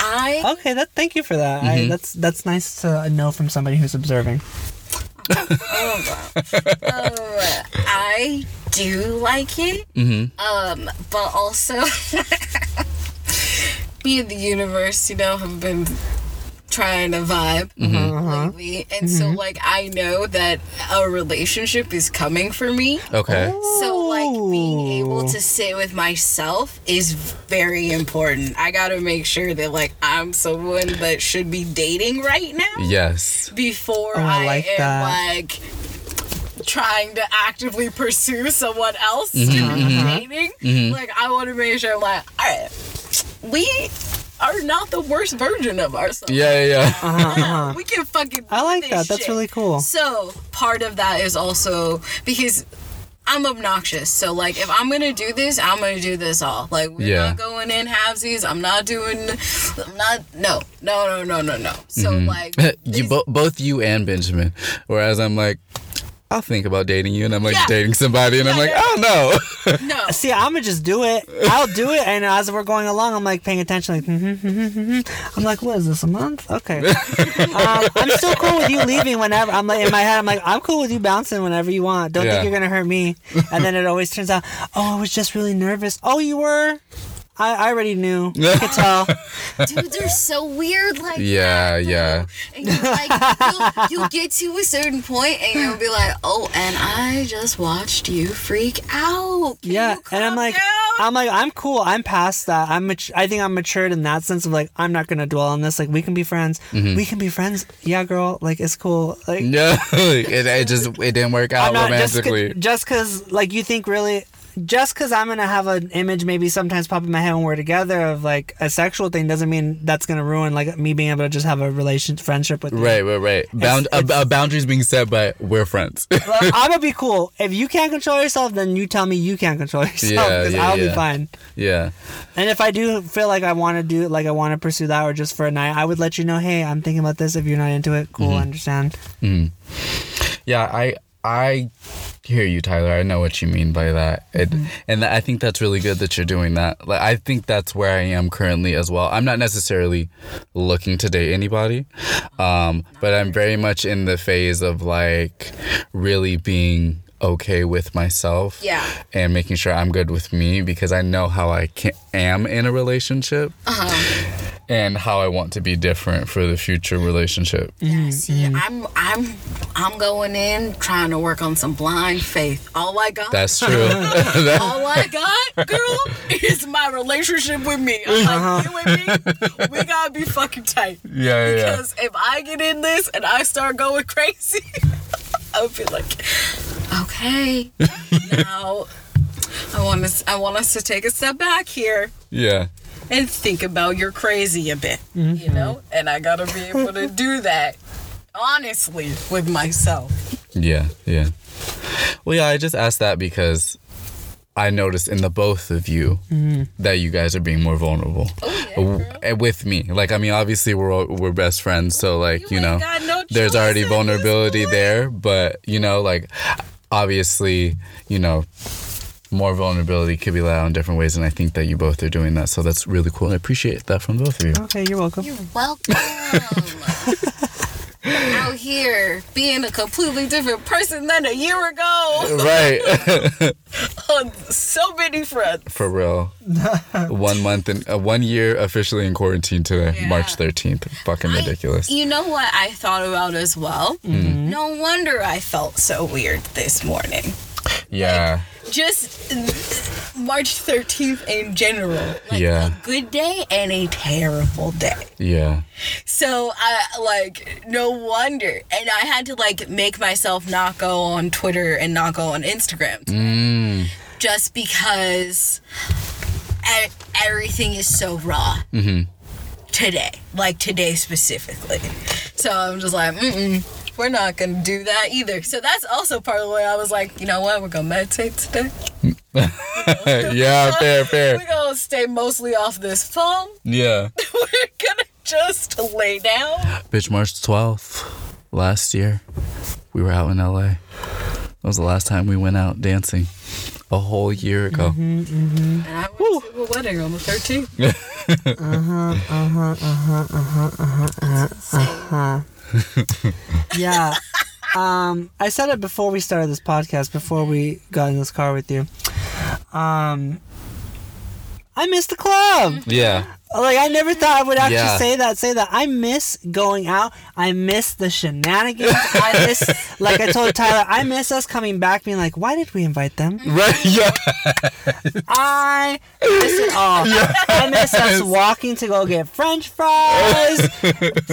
Speaker 1: I
Speaker 2: Okay, that. Thank you for that.
Speaker 3: Mm-hmm.
Speaker 2: I, that's that's nice to know from somebody who's observing.
Speaker 1: uh, I do like it. Um, but also [laughs] me and the universe, you know, have been trying to vibe lately. And so like I know that a relationship is coming for me.
Speaker 3: Okay.
Speaker 2: Oh.
Speaker 1: So like being able
Speaker 2: Ooh.
Speaker 1: to sit with myself is very important. I gotta make sure that like I'm someone that should be dating right now
Speaker 3: Yes.
Speaker 1: before
Speaker 2: Oh, I
Speaker 1: I,
Speaker 2: like
Speaker 1: am
Speaker 2: that.
Speaker 1: like trying to actively pursue someone else
Speaker 2: Mm-hmm,
Speaker 1: to be dating. Like I wanna make sure like, alright, we are not the worst version of ourselves.
Speaker 3: Yeah, yeah,
Speaker 2: Uh,
Speaker 3: yeah.
Speaker 1: We can fucking
Speaker 2: Uh-huh. I
Speaker 1: do
Speaker 2: like
Speaker 1: this
Speaker 2: that. That's
Speaker 1: shit.
Speaker 2: really cool.
Speaker 1: So part of that is also because I'm obnoxious. So like if I'm gonna do this, I'm gonna do this all. Like we're
Speaker 3: Yeah.
Speaker 1: not going in halvesies. I'm not doing. I'm not. No. No. No. No. No. No. So like.
Speaker 3: [laughs] Mm-hmm. [laughs] you bo- both you and Benjamin. Whereas I'm like, I'll think about dating you, and I'm like
Speaker 1: Yeah.
Speaker 3: dating somebody, and I'm like,
Speaker 1: yeah.
Speaker 3: oh no.
Speaker 1: No.
Speaker 2: See, I'm gonna just do it. I'll do it, and as we're going along, I'm like paying attention. Like, mm-hmm, I'm like, what is this a month?
Speaker 4: [laughs]
Speaker 2: Okay. um, I'm still cool with you leaving whenever. I'm like in my head, I'm like, I'm cool with you bouncing whenever you want. Don't
Speaker 3: Yeah.
Speaker 2: think you're gonna hurt me. And then it always turns out, oh, I was just really nervous. Oh, you were. I, I
Speaker 4: [laughs]
Speaker 2: already knew. I could tell.
Speaker 4: [laughs] Dudes are so weird like
Speaker 3: [laughs] Yeah,
Speaker 4: that, though.
Speaker 3: yeah. [laughs]
Speaker 4: And you like you'll, you'll get to a certain point and you'll be like, oh, and I just watched you freak out. Can
Speaker 2: Yeah,
Speaker 4: you
Speaker 2: and I'm
Speaker 4: calm
Speaker 2: like,
Speaker 4: down?"
Speaker 2: I'm like, I'm cool. I'm past that. I'm, mat- I think I'm matured in that sense of like, I'm not gonna dwell on this. Like, we can be friends.
Speaker 4: Mm-hmm.
Speaker 2: We can be friends. Yeah, girl. Like, it's cool. Like,
Speaker 3: No, it, it just it didn't work out
Speaker 2: I'm not just 'cause-
Speaker 3: romantically.
Speaker 2: just because like you think really just because I'm gonna have an image maybe sometimes pop in my head when we're together of like a sexual thing doesn't mean that's gonna ruin like me being able to just have a relation friendship with you.
Speaker 3: Right, right, right. Bound a, a boundaries being set, but we're friends. [laughs]
Speaker 2: But I'm gonna be cool. If you can't control yourself, then you tell me you can't control yourself
Speaker 3: Yeah,
Speaker 2: because
Speaker 3: yeah,
Speaker 2: I'll be
Speaker 3: yeah.
Speaker 2: fine.
Speaker 3: yeah,
Speaker 2: And if I do feel like I want to do like I want to pursue that or just for a night, I would let you know. Hey, I'm thinking about this. If you're not into it, cool,
Speaker 3: Mm-hmm.
Speaker 2: I understand.
Speaker 3: yeah. I I hear you, Tyler. I know what you mean by that, it, and I think that's really good that you're doing that. Like, I think that's where I am currently as well. I'm not necessarily looking to date anybody, um, but I'm very much in the phase of like really being okay with myself.
Speaker 1: Yeah.
Speaker 3: and making sure I'm good with me because I know how I can, am in a relationship and how I want to be different for the future relationship.
Speaker 1: Yeah, see,
Speaker 3: mm.
Speaker 1: I'm I'm I'm going in trying to work on some blind faith. All I got,
Speaker 3: That's [laughs] true.
Speaker 1: all I got, girl, is my relationship with me. I'm like, you and me, we gotta be fucking tight.
Speaker 3: Uh-huh. yeah, yeah, yeah.
Speaker 1: Because if I get in this and I start going crazy, [laughs] I'll be like,
Speaker 3: [laughs]
Speaker 1: okay, now I want us I want us to take a step back here
Speaker 3: Yeah.
Speaker 1: and think about you're crazy a bit, you know? And I gotta be able to do that honestly with myself.
Speaker 3: Yeah, yeah. Well, yeah, I just asked that because I noticed in the both of you that you guys are being more vulnerable
Speaker 1: Oh,
Speaker 3: W- and with me. Like, I mean, obviously we're all, we're best friends, so like you,
Speaker 1: ain't
Speaker 3: know,
Speaker 1: got no
Speaker 3: there's
Speaker 1: choice
Speaker 3: already
Speaker 1: at this
Speaker 3: vulnerability there, but you know, like obviously, you know. More vulnerability could be allowed in different ways, and I think that you both are doing that. So that's really cool. I appreciate that from both
Speaker 1: [laughs]
Speaker 3: of you.
Speaker 2: Okay, you're welcome.
Speaker 4: You're welcome. Out here
Speaker 1: Being a completely different person than a year ago
Speaker 3: right,
Speaker 1: on so many fronts.
Speaker 3: for real. one month and uh, one year officially in quarantine today, March thirteenth. Fucking ridiculous.
Speaker 1: You know what I thought about as well? No wonder I felt so weird this morning.
Speaker 3: Yeah.
Speaker 1: Just uh, March 13th in general. Like
Speaker 3: Yeah.
Speaker 1: a good day and a terrible day.
Speaker 3: Yeah.
Speaker 1: So I like no wonder, and I had to like make myself not go on Twitter and not go on Instagram,
Speaker 3: Mm.
Speaker 1: just because e- everything is so raw today, like today specifically. So I'm just like, mm we're not gonna do that either. So that's also part of the way I was like, you know what, we're gonna meditate today.
Speaker 3: yeah, fair,
Speaker 1: We're
Speaker 3: fair.
Speaker 1: gonna stay mostly off this phone. [laughs]
Speaker 3: Yeah.
Speaker 1: we're gonna just lay down.
Speaker 3: Bitch, March 12th last year, we were out in LA. That was the last time we went out dancing a whole year ago.
Speaker 1: And I went to a wedding on the 13th.
Speaker 2: yeah. Um, I said it before we started this podcast, before we got in this car with you. Um, I miss the club.
Speaker 3: Mm-hmm. Yeah. [laughs]
Speaker 2: Like I never thought I would actually
Speaker 3: Yeah.
Speaker 2: say that. Say that. I miss going out. I miss the shenanigans. I miss, like I told Tyler, I miss us coming back, being like, "Why did we invite them?"
Speaker 3: Right? Yeah.
Speaker 2: I miss it all. I miss us walking to go get French fries,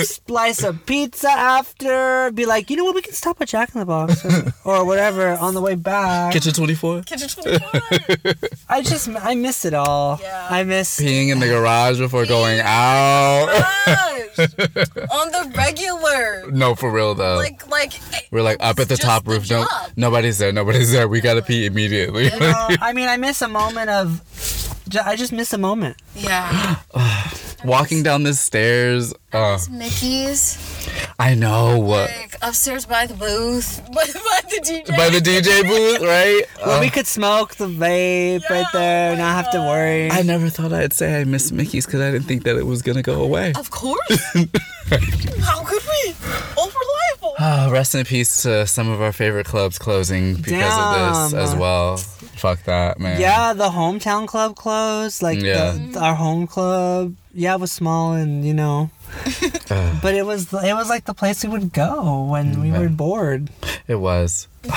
Speaker 2: slice a pizza after, be like, you know what, we can stop at Jack in the Box or, or whatever on the way back.
Speaker 3: Kitchen 24.
Speaker 1: Kitchen 24.
Speaker 2: I just, I miss it all.
Speaker 1: Yeah.
Speaker 2: I miss.
Speaker 3: Peeing in the garage before going
Speaker 1: [laughs]
Speaker 3: out.
Speaker 1: Gosh. on the regular.
Speaker 3: No, for real though.
Speaker 1: Like, like.
Speaker 3: we're like up at the
Speaker 1: it's just
Speaker 3: top
Speaker 1: the
Speaker 3: roof. No,
Speaker 1: job.
Speaker 3: nobody's there. Nobody's there. We gotta pee immediately. [laughs]
Speaker 2: Uh, I mean, I miss a moment of. ju- I just miss a moment.
Speaker 3: [gasps]
Speaker 1: Yeah.
Speaker 3: Walking down the stairs. Uh,
Speaker 4: Mickey's
Speaker 3: I know. what
Speaker 1: Like, upstairs by the booth. [laughs] By, by the DJ.
Speaker 3: By
Speaker 1: [laughs]
Speaker 3: the DJ booth, right?
Speaker 2: Where we could smoke the vape right there, and not have to worry.
Speaker 3: Uh, I never thought I'd say I miss Mickey's because I didn't think that it was gonna go away.
Speaker 1: of course.
Speaker 3: [laughs]
Speaker 1: How could we? Unreliable.
Speaker 3: Uh, Ah, rest in peace to some of our favorite clubs closing because of this
Speaker 2: Damn.
Speaker 3: as well. Fuck that, man.
Speaker 2: Yeah, the hometown club closed. Like
Speaker 3: Yeah.
Speaker 2: the, our home club. Yeah, it was small and you
Speaker 3: [laughs]
Speaker 2: know, but it was it was like the place we would go when we were bored.
Speaker 3: It was. [sighs]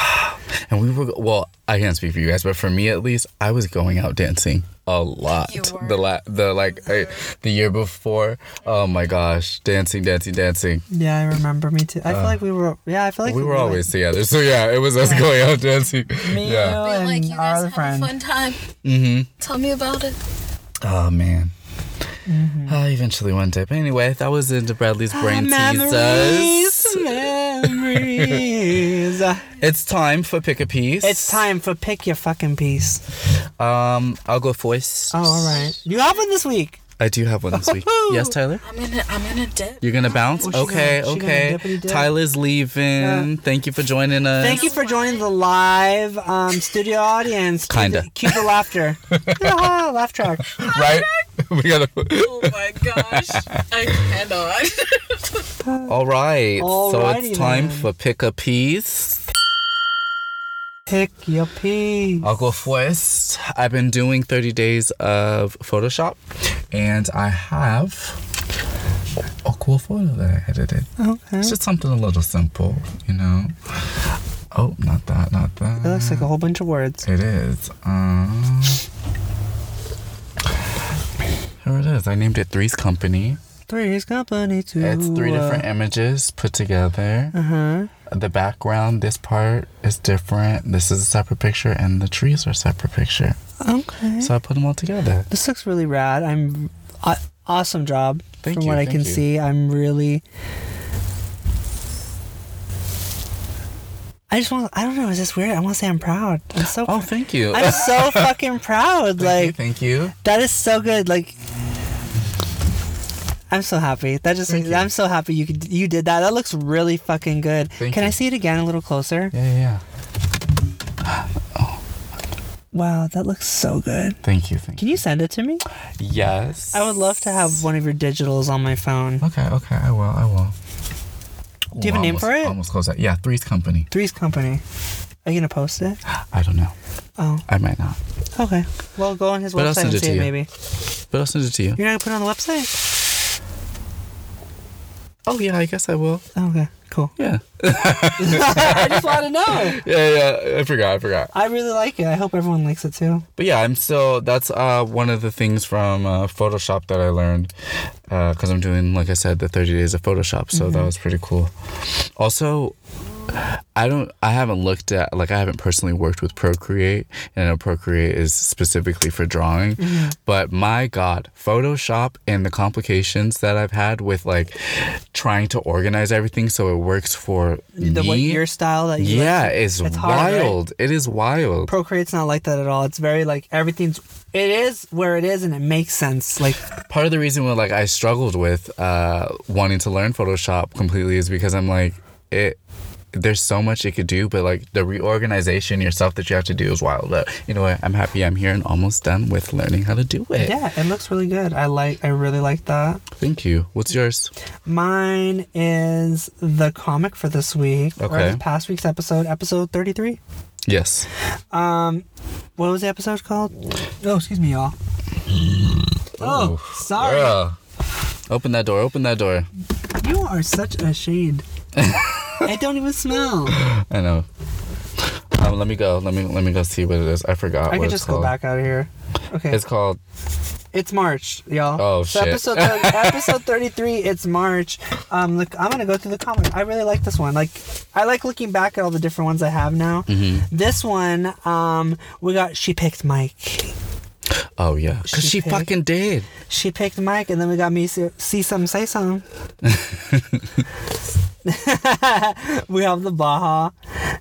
Speaker 3: And we were well. I can't speak for you guys, but for me at least, I was going out dancing a lot.
Speaker 4: You were.
Speaker 3: The la- the like I, the year before. Oh my gosh, dancing, dancing, dancing.
Speaker 2: Yeah, I remember me too. I feel like we were. Yeah, I feel like
Speaker 3: Uh. we were
Speaker 2: like,
Speaker 3: always together. So yeah, it was us going out dancing.
Speaker 2: me,
Speaker 3: yeah.
Speaker 2: you, and
Speaker 1: like you
Speaker 2: our
Speaker 1: guys
Speaker 2: other
Speaker 1: have
Speaker 2: friend.
Speaker 1: a fun time. Mm-hmm. Tell me about it.
Speaker 3: Oh man.
Speaker 2: Mm-hmm.
Speaker 3: Uh, eventually one day. But anyway, that was into Bradley's brain teasers.
Speaker 2: Ah, memories, memories.
Speaker 3: [laughs] It's time for pick a piece.
Speaker 2: it's time for pick your fucking piece.
Speaker 3: Um, I'll go first.
Speaker 2: Oh, all right. You have one this week.
Speaker 3: I do have one this week. yes, Tyler.
Speaker 1: I'm gonna I'm gonna dip.
Speaker 3: You're gonna bounce?
Speaker 2: she
Speaker 3: okay,
Speaker 2: gonna- she gonna
Speaker 3: okay.
Speaker 2: dippity-dip.
Speaker 3: Tyler's leaving. Thank you for joining us.
Speaker 2: Thank you for joining the live um, studio audience. Cue
Speaker 3: Kinda.
Speaker 2: the- Cue the
Speaker 3: [laughs]
Speaker 2: laughter. Ah, laugh track.
Speaker 3: Right? [laughs] we gotta.
Speaker 1: Oh my
Speaker 3: [laughs]
Speaker 1: gosh, I cannot.
Speaker 3: All right. so
Speaker 2: Alrighty
Speaker 3: it's time
Speaker 2: then.
Speaker 3: for pick a piece.
Speaker 2: Pick your piece.
Speaker 3: I'll go first. I've been doing 30 days of Photoshop, and I have a a cool photo that I edited.
Speaker 2: Okay.
Speaker 3: It's just something a little simple, you know. Oh, not that, not
Speaker 2: It
Speaker 3: that.
Speaker 2: looks like a whole bunch of words.
Speaker 3: It is. Um, here it is. I named it Three's Company.
Speaker 2: Three's company two.
Speaker 3: It's three different images put together.
Speaker 2: uh, Uh-huh.
Speaker 3: The background, this part is different. This is a separate picture, and the trees are a separate picture.
Speaker 2: Uh, Okay.
Speaker 3: So I put them all together.
Speaker 2: This looks really rad. I'm uh, awesome job.
Speaker 3: Thank
Speaker 2: from
Speaker 3: you,
Speaker 2: what I
Speaker 3: thank
Speaker 2: can
Speaker 3: you.
Speaker 2: see, I'm really. I just want. I don't know. Is this weird? I want to say I'm proud. I'm so.
Speaker 3: Oh, thank you.
Speaker 2: I'm
Speaker 3: [laughs]
Speaker 2: so fucking proud.
Speaker 3: Thank you,
Speaker 2: Like
Speaker 3: thank you.
Speaker 2: that is so good. Like. I'm so happy. That just.
Speaker 3: Thank you.
Speaker 2: I'm so happy you could, you did that. That looks really fucking good.
Speaker 3: Thank
Speaker 2: can I
Speaker 3: you.
Speaker 2: see it again a little closer?
Speaker 3: Yeah, yeah, yeah.
Speaker 2: Wow, that looks so good.
Speaker 3: Thank you, thank
Speaker 2: Can
Speaker 3: you.
Speaker 2: you send it to me?
Speaker 3: Yes.
Speaker 2: I would love to have one of your digitals on my phone.
Speaker 3: Okay, okay, I will, I will.
Speaker 2: Do you have a
Speaker 3: Ooh,
Speaker 2: name
Speaker 3: almost-
Speaker 2: for it?
Speaker 3: Almost close that. Yeah, Three's Company.
Speaker 2: Three's Company. Are you gonna post it?
Speaker 3: I don't know.
Speaker 2: Oh,
Speaker 3: I might not.
Speaker 2: okay. Well, go on his
Speaker 3: But I'll
Speaker 2: website
Speaker 3: send
Speaker 2: and
Speaker 3: it
Speaker 2: see
Speaker 3: to
Speaker 2: it,
Speaker 3: you.
Speaker 2: maybe.
Speaker 3: But I'll send it to you.
Speaker 2: You're not gonna put it on the website?
Speaker 3: Oh, yeah, I guess I will.
Speaker 2: Oh, okay, cool.
Speaker 3: Yeah.
Speaker 2: I just want to know.
Speaker 3: Yeah, yeah. I forgot, I forgot.
Speaker 2: [laughs] I really like it. I hope everyone likes it too.
Speaker 3: But yeah, I'm still. That's uh, one of the things from uh, Photoshop that I learned because I'm doing, like I said, the 30 days of Photoshop. So that was pretty cool. Also, I don't. I haven't looked at like I haven't personally worked with Procreate, and I know Procreate is specifically for drawing. But my God, Photoshop and the complications that I've had with like trying to organize everything so it works for
Speaker 2: The
Speaker 3: me.
Speaker 2: what your style that you
Speaker 3: yeah,
Speaker 2: like.
Speaker 3: it's,
Speaker 2: It's hard, right?
Speaker 3: wild. It is wild.
Speaker 2: Procreate's not like that at all. It's very like everything's. It is where it is, and it makes sense. Like
Speaker 3: part of the reason why like I struggled with uh, wanting to learn Photoshop completely is because I'm like it. There's so much it could do, but like the reorganization yourself that you have to do is wild. But you know what? I'm happy I'm here and almost done with learning how to do it.
Speaker 2: yeah, it looks really good. I like. I really like that.
Speaker 3: Thank you. What's yours?
Speaker 2: Mine is the comic for this week or
Speaker 3: Okay.
Speaker 2: the past week's episode, episode thirty-three.
Speaker 3: Yes.
Speaker 2: Um, what was the episode called? Oh, excuse me, y'all. Oh, sorry.
Speaker 3: Girl. Open that door. Open that door.
Speaker 2: You are such a
Speaker 3: [laughs]
Speaker 2: shade. I don't even smell. I
Speaker 3: I know. Um, let me go. Let me let me go see what it is. I forgot. what
Speaker 2: could
Speaker 3: it's
Speaker 2: just
Speaker 3: called.
Speaker 2: go back out of here. Okay,
Speaker 3: It's
Speaker 2: it's,
Speaker 3: called.
Speaker 2: March, y'all.
Speaker 3: Oh,
Speaker 2: so
Speaker 3: shit.
Speaker 2: Episode
Speaker 3: [laughs]
Speaker 2: 30, episode thirty-three. It's March. Um, look, I'm gonna go through the comic. I really like this one. Like, I like looking back at all the different ones I have now.
Speaker 3: Mm-hmm.
Speaker 2: This one, um, we got. She picked Mike.
Speaker 3: Oh yeah. Cause
Speaker 2: She
Speaker 3: she,
Speaker 2: picked-
Speaker 3: fucking did.
Speaker 2: She picked Mike, and then we got me see, see some say some. [laughs] we have the Baja,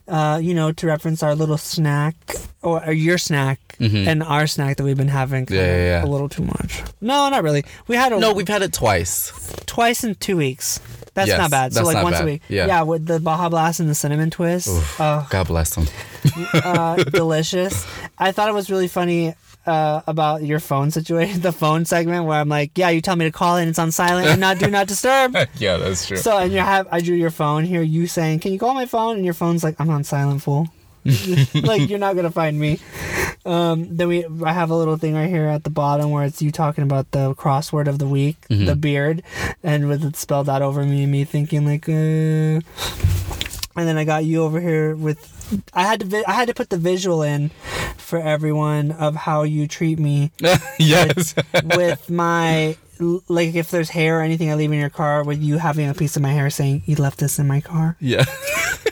Speaker 2: uh, you know, to reference our little snack or, or your snack and our snack that we've been having kind
Speaker 3: Mm-hmm. Yeah, yeah,
Speaker 2: of
Speaker 3: yeah.
Speaker 2: a little too much. No, not really. We had it
Speaker 3: No, we've had it twice.
Speaker 2: twice in two weeks. That's
Speaker 3: Yes,
Speaker 2: not bad. so
Speaker 3: that's
Speaker 2: like
Speaker 3: not
Speaker 2: once
Speaker 3: bad.
Speaker 2: a week.
Speaker 3: Yeah.
Speaker 2: yeah, with the Baja Blast and the cinnamon twist.
Speaker 3: [laughs]
Speaker 2: Oh,
Speaker 3: God bless them.
Speaker 2: uh, delicious. I thought it was really funny uh, about your phone situation, the phone segment where I'm like, yeah, you tell me to call and it's on silent and not do not disturb.
Speaker 3: yeah, that's true.
Speaker 2: So and you have I drew your phone here, you saying, can you call my phone? And your phone's like, I'm on silent, fool. like you're not gonna find me. Um, then we I have a little thing right here at the bottom where it's you talking about the crossword of the week, the beard, and with it spelled out over me, me thinking like, uh, and then I got you over here with. I had to vi- I had to put the visual in for everyone of how you treat me
Speaker 3: [laughs] yes. [laughs]
Speaker 2: with my like if there's hair or anything I leave in your car with you having a piece of my hair saying you left this in my car.
Speaker 3: Yeah.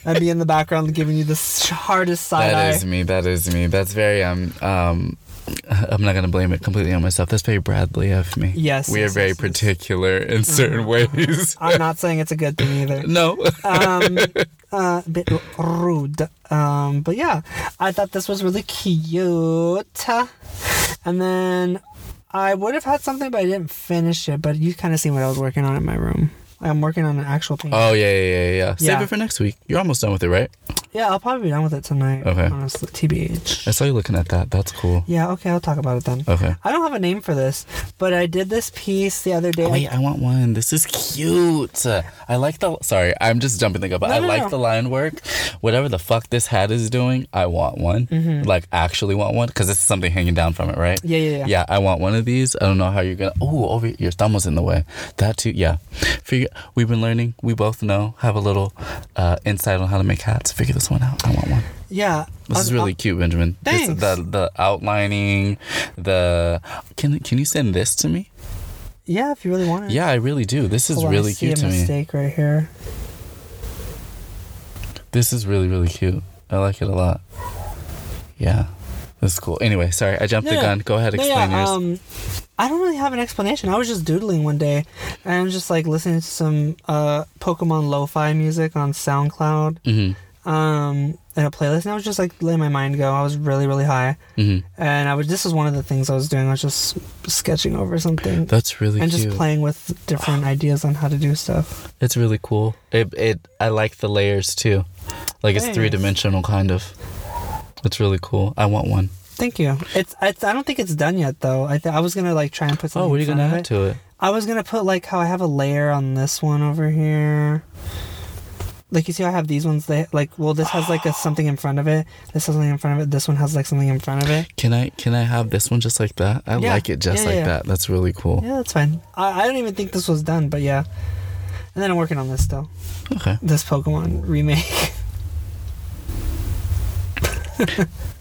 Speaker 2: I'd be in the background giving you the s- hardest side
Speaker 3: [laughs] That
Speaker 2: eye.
Speaker 3: is me. That is me. That's very um um. I'm not gonna blame it completely on myself. That's very Bradley of me.
Speaker 2: Yes,
Speaker 3: we
Speaker 2: yes,
Speaker 3: are very
Speaker 2: yes, Mm-hmm. yes.
Speaker 3: particular in
Speaker 2: [laughs]
Speaker 3: certain ways.
Speaker 2: I'm not saying it's a good thing
Speaker 3: [laughs]
Speaker 2: either.
Speaker 3: no,
Speaker 2: Um, uh, a bit rude. Um, but yeah, I thought this was really cute. And then I would have had something, but I didn't finish it. But you kind of seen what I was working on in my room. I'm working on an actual painting.
Speaker 3: Oh yeah, yeah, yeah, yeah. Save
Speaker 2: Yeah.
Speaker 3: it for next week. You're almost done with it, right?
Speaker 2: yeah, I'll probably be done with it tonight.
Speaker 3: Okay.
Speaker 2: Honestly, TBH.
Speaker 3: I saw you looking at that. That's cool.
Speaker 2: Yeah, okay, I'll talk about it then.
Speaker 3: Okay.
Speaker 2: I don't have a name for this, but I did this piece the other day.
Speaker 3: Wait, I want one. This is cute. I like the. Sorry, I'm just jumping the gun, but
Speaker 2: No,
Speaker 3: I
Speaker 2: no,
Speaker 3: like
Speaker 2: no.
Speaker 3: the line work. Whatever the fuck this hat is doing, I want one. Like actually want one because it's something hanging down from it, right?
Speaker 2: Mm-hmm. Yeah, yeah, yeah.
Speaker 3: Yeah, I want one of these. I don't know how you're gonna. Oh, over your thumb was in the way. That too. Yeah. Figure. We've been learning. We both know. Have a little uh, insight on how to make hats. Figure this one out. I want one.
Speaker 2: Yeah. Uh,
Speaker 3: This
Speaker 2: I'll-
Speaker 3: is really cute, Benjamin. This-
Speaker 2: Thanks.
Speaker 3: the the outlining, the can can you send this to me?
Speaker 2: I'll- yeah, if you really want it.
Speaker 3: Yeah, I really do. This is
Speaker 2: Mm. Hold on, I
Speaker 3: really
Speaker 2: see
Speaker 3: cute
Speaker 2: a
Speaker 3: to me.
Speaker 2: mistake right here.
Speaker 3: This is really really cute. I like it a lot. Yeah, this is cool. Anyway, sorry, I jumped the
Speaker 2: Yeah.
Speaker 3: gun. Go ahead,
Speaker 2: No,
Speaker 3: explain
Speaker 2: yeah,
Speaker 3: yours.
Speaker 2: um, I don't really have an explanation. I was just doodling one day, and I'm just like listening to some uh, Pokemon lo-fi music on SoundCloud,
Speaker 3: Mm-hmm.
Speaker 2: um, in a playlist, and I was just like letting my mind go. I was really, really high,
Speaker 3: Mhm.
Speaker 2: and I was. This was one of the things I was doing. I was just sketching over something.
Speaker 3: That's really
Speaker 2: and
Speaker 3: cute.
Speaker 2: just playing with
Speaker 3: [sighs]
Speaker 2: different ideas on how to do stuff.
Speaker 3: It's really cool. It it I like the layers too. Like it's
Speaker 2: Thanks.
Speaker 3: three dimensional kind of. It's really cool. I want one.
Speaker 2: Thank you. It's, it's I don't think it's done yet though. I th- I was gonna like try and put something.
Speaker 3: Oh, what are you
Speaker 2: in
Speaker 3: gonna
Speaker 2: front of
Speaker 3: add
Speaker 2: it.
Speaker 3: to it?
Speaker 2: I was gonna put like how I have a layer on this one over here. Like you see, how I have these ones. They like well, this has like a something in front of it. This has something in front of it. This one has like something in front of it.
Speaker 3: Can I can I have this one just like that? I
Speaker 2: Yeah.
Speaker 3: like it just
Speaker 2: Yeah,
Speaker 3: like
Speaker 2: yeah.
Speaker 3: that. That's really cool.
Speaker 2: Yeah, that's fine. I, I don't even think this was done, but yeah. And then I'm working on this still.
Speaker 3: Okay.
Speaker 2: This Pokemon remake. [laughs]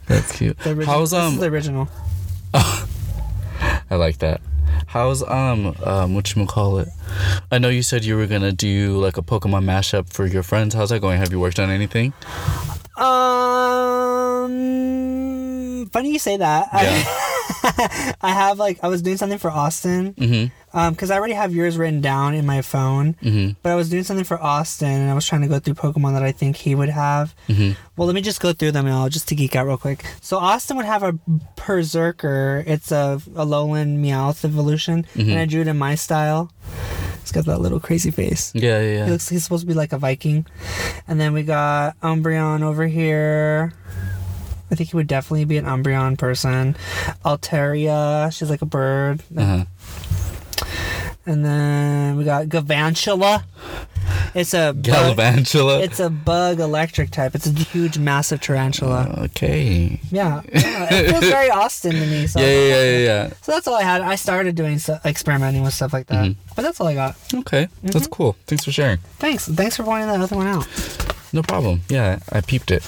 Speaker 3: That's
Speaker 2: [laughs]
Speaker 3: cute.
Speaker 2: the original.
Speaker 3: How's
Speaker 2: this is
Speaker 3: um
Speaker 2: the original?
Speaker 3: I like that. How's um um what you call it? I know you said you were gonna do like a Pokemon mashup for your friends. How's that going? Have you worked on anything?
Speaker 2: Um, funny you say that. I, I have like I was doing something for Austin.
Speaker 3: Mm-hmm.
Speaker 2: Um, because I already have yours written down in my phone,
Speaker 3: Mhm.
Speaker 2: but I was doing something for Austin, and I was trying to go through Pokemon that I think he would have. Well, let me just go through them all, just to geek out real quick. So Austin would have a Berserker. It's a, a lowland Meowth evolution, and I drew it in my style. It's got that little crazy face.
Speaker 3: Yeah, yeah,
Speaker 2: He
Speaker 3: yeah.
Speaker 2: looks he's supposed to be like a Viking. And then we got Umbreon over here. I think he would definitely be an Umbreon person. Altaria, she's like a bird.
Speaker 3: Uh-huh.
Speaker 2: And then we got Gavantula. It's a bug,
Speaker 3: Galvantula.
Speaker 2: it's a bug electric type. It's a huge massive
Speaker 3: Uh-huh.
Speaker 2: tarantula.
Speaker 3: okay.
Speaker 2: Yeah. yeah, It feels very Austin to me. So.
Speaker 3: Yeah, yeah, yeah, yeah.
Speaker 2: So that's all I had. I started doing so, experimenting with stuff like that.
Speaker 3: Mm-hmm.
Speaker 2: But that's all I got.
Speaker 3: yeah. Okay. That's cool. Thanks for sharing.
Speaker 2: Thanks. Thanks for pointing that other one out. [laughs]
Speaker 3: No problem. Yeah, I peeped it.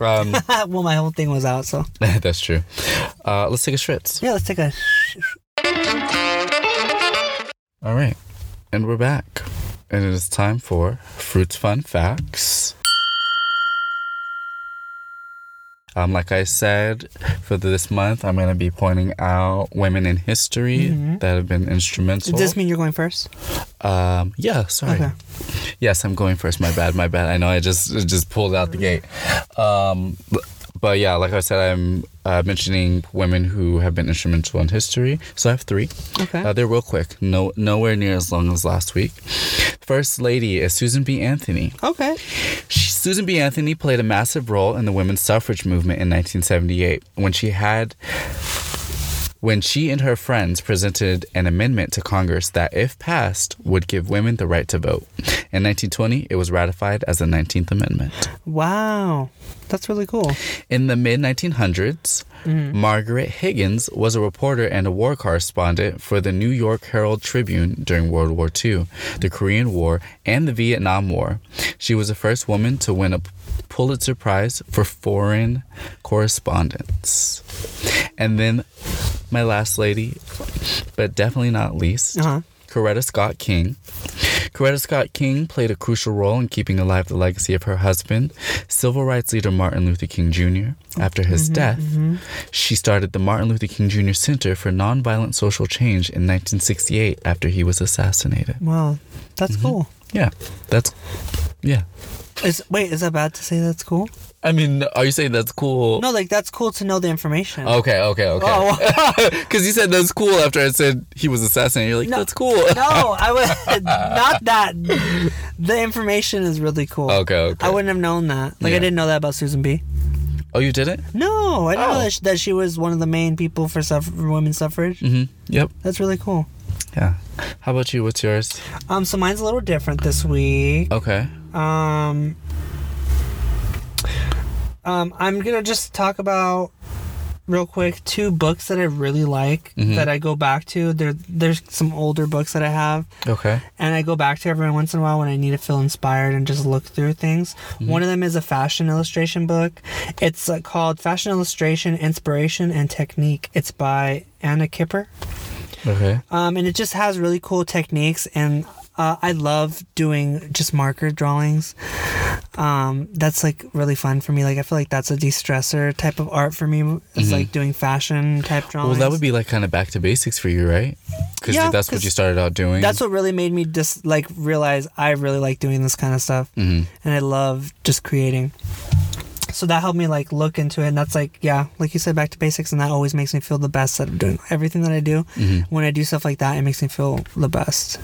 Speaker 3: Um, [laughs]
Speaker 2: well, my whole thing was out, so.
Speaker 3: that's true. Uh, let's take a schwitz.
Speaker 2: Yeah, let's take a.
Speaker 3: All right, and we're back, and it is time for fruits fun facts. Um, like I said, for this month, I'm going to be pointing out women in history that have been instrumental.
Speaker 2: Does this mean you're going first?
Speaker 3: Um, yeah, sorry.
Speaker 2: Okay.
Speaker 3: Yes, I'm going first. My bad. My bad. I know I just I just pulled out the gate. Um, but, but yeah, like I said, I'm uh, mentioning women who have been instrumental in history. So I have three.
Speaker 2: Okay.
Speaker 3: Uh, they're real quick. No, nowhere near as long as last week. First lady is Susan B. Anthony.
Speaker 2: Okay.
Speaker 3: She, Susan B. Anthony played a massive role in the women's suffrage movement in 1978 when she had when she and her friends presented an amendment to Congress that, if passed, would give women the right to vote. In 1920, it was ratified as the 19th Amendment.
Speaker 2: Wow. That's really cool.
Speaker 3: In the mid 1900s, Margaret Higgins was a reporter and a war correspondent for the New York Herald Tribune during World War II, the Korean War, and the Vietnam War. She was the first woman to win a Pulitzer Prize for foreign correspondence. And then my last lady, but definitely not least,
Speaker 2: Uh-huh.
Speaker 3: Coretta Scott King. Coretta Scott King played a crucial role in keeping alive the legacy of her husband, civil rights leader Martin Luther King Jr. After his
Speaker 2: Mm-hmm,
Speaker 3: death, she started the Martin Luther King Jr. Center for Nonviolent Social Change in 1968 after he was assassinated.
Speaker 2: Wow.
Speaker 3: Mm-hmm.
Speaker 2: That's cool.
Speaker 3: Yeah, that's. Yeah.
Speaker 2: Is wait, is that bad to say that's cool?
Speaker 3: I mean, are you saying that's cool?
Speaker 2: No, like that's cool to know the information.
Speaker 3: Okay, okay, okay.
Speaker 2: Oh
Speaker 3: [laughs] Because you said that's cool after I said he was assassinated. You're like,
Speaker 2: No.
Speaker 3: that's cool.
Speaker 2: no, I would not that. The information is really cool.
Speaker 3: Okay, okay.
Speaker 2: I wouldn't have known that. Like
Speaker 3: Yeah.
Speaker 2: I didn't know that about Susan B.
Speaker 3: [laughs] Oh, you did it?
Speaker 2: No, I didn't
Speaker 3: Oh.
Speaker 2: know that she, that she was one of the main people for, suff- for women's suffrage.
Speaker 3: Mm-hmm. Yep.
Speaker 2: That's really cool.
Speaker 3: Yeah. How about you? What's yours?
Speaker 2: Um, so mine's a little different this week.
Speaker 3: Okay.
Speaker 2: Um, um, I'm gonna just talk about real quick two books that I really like that I go back to. There, there's some older books that I have,
Speaker 3: Okay.
Speaker 2: and I go back to every once in a while when I need to feel inspired and just look through things. One of them is a fashion illustration book. It's uh, called Fashion Illustration, Inspiration, and Technique. It's by Anna Kipper
Speaker 3: Okay.
Speaker 2: um, and it just has really cool techniques and uh, i love doing just marker drawings um, that's like really fun for me like i feel like that's a de-stressor type of art for me it's like doing fashion type drawings
Speaker 3: Mm-hmm. Well, that would be like kind of back to basics for you, right? Because
Speaker 2: Yeah,
Speaker 3: that's
Speaker 2: 'cause
Speaker 3: what you started out doing.
Speaker 2: that's what really made me just like realize I really like doing this kind of stuff,
Speaker 3: Mm-hmm.
Speaker 2: and I love just creating. So that helped me like look into it, and that's like yeah, like you said, back to basics, and that always makes me feel the best at doing everything that I do.
Speaker 3: Mm-hmm.
Speaker 2: When I do stuff like that, it makes me feel the best.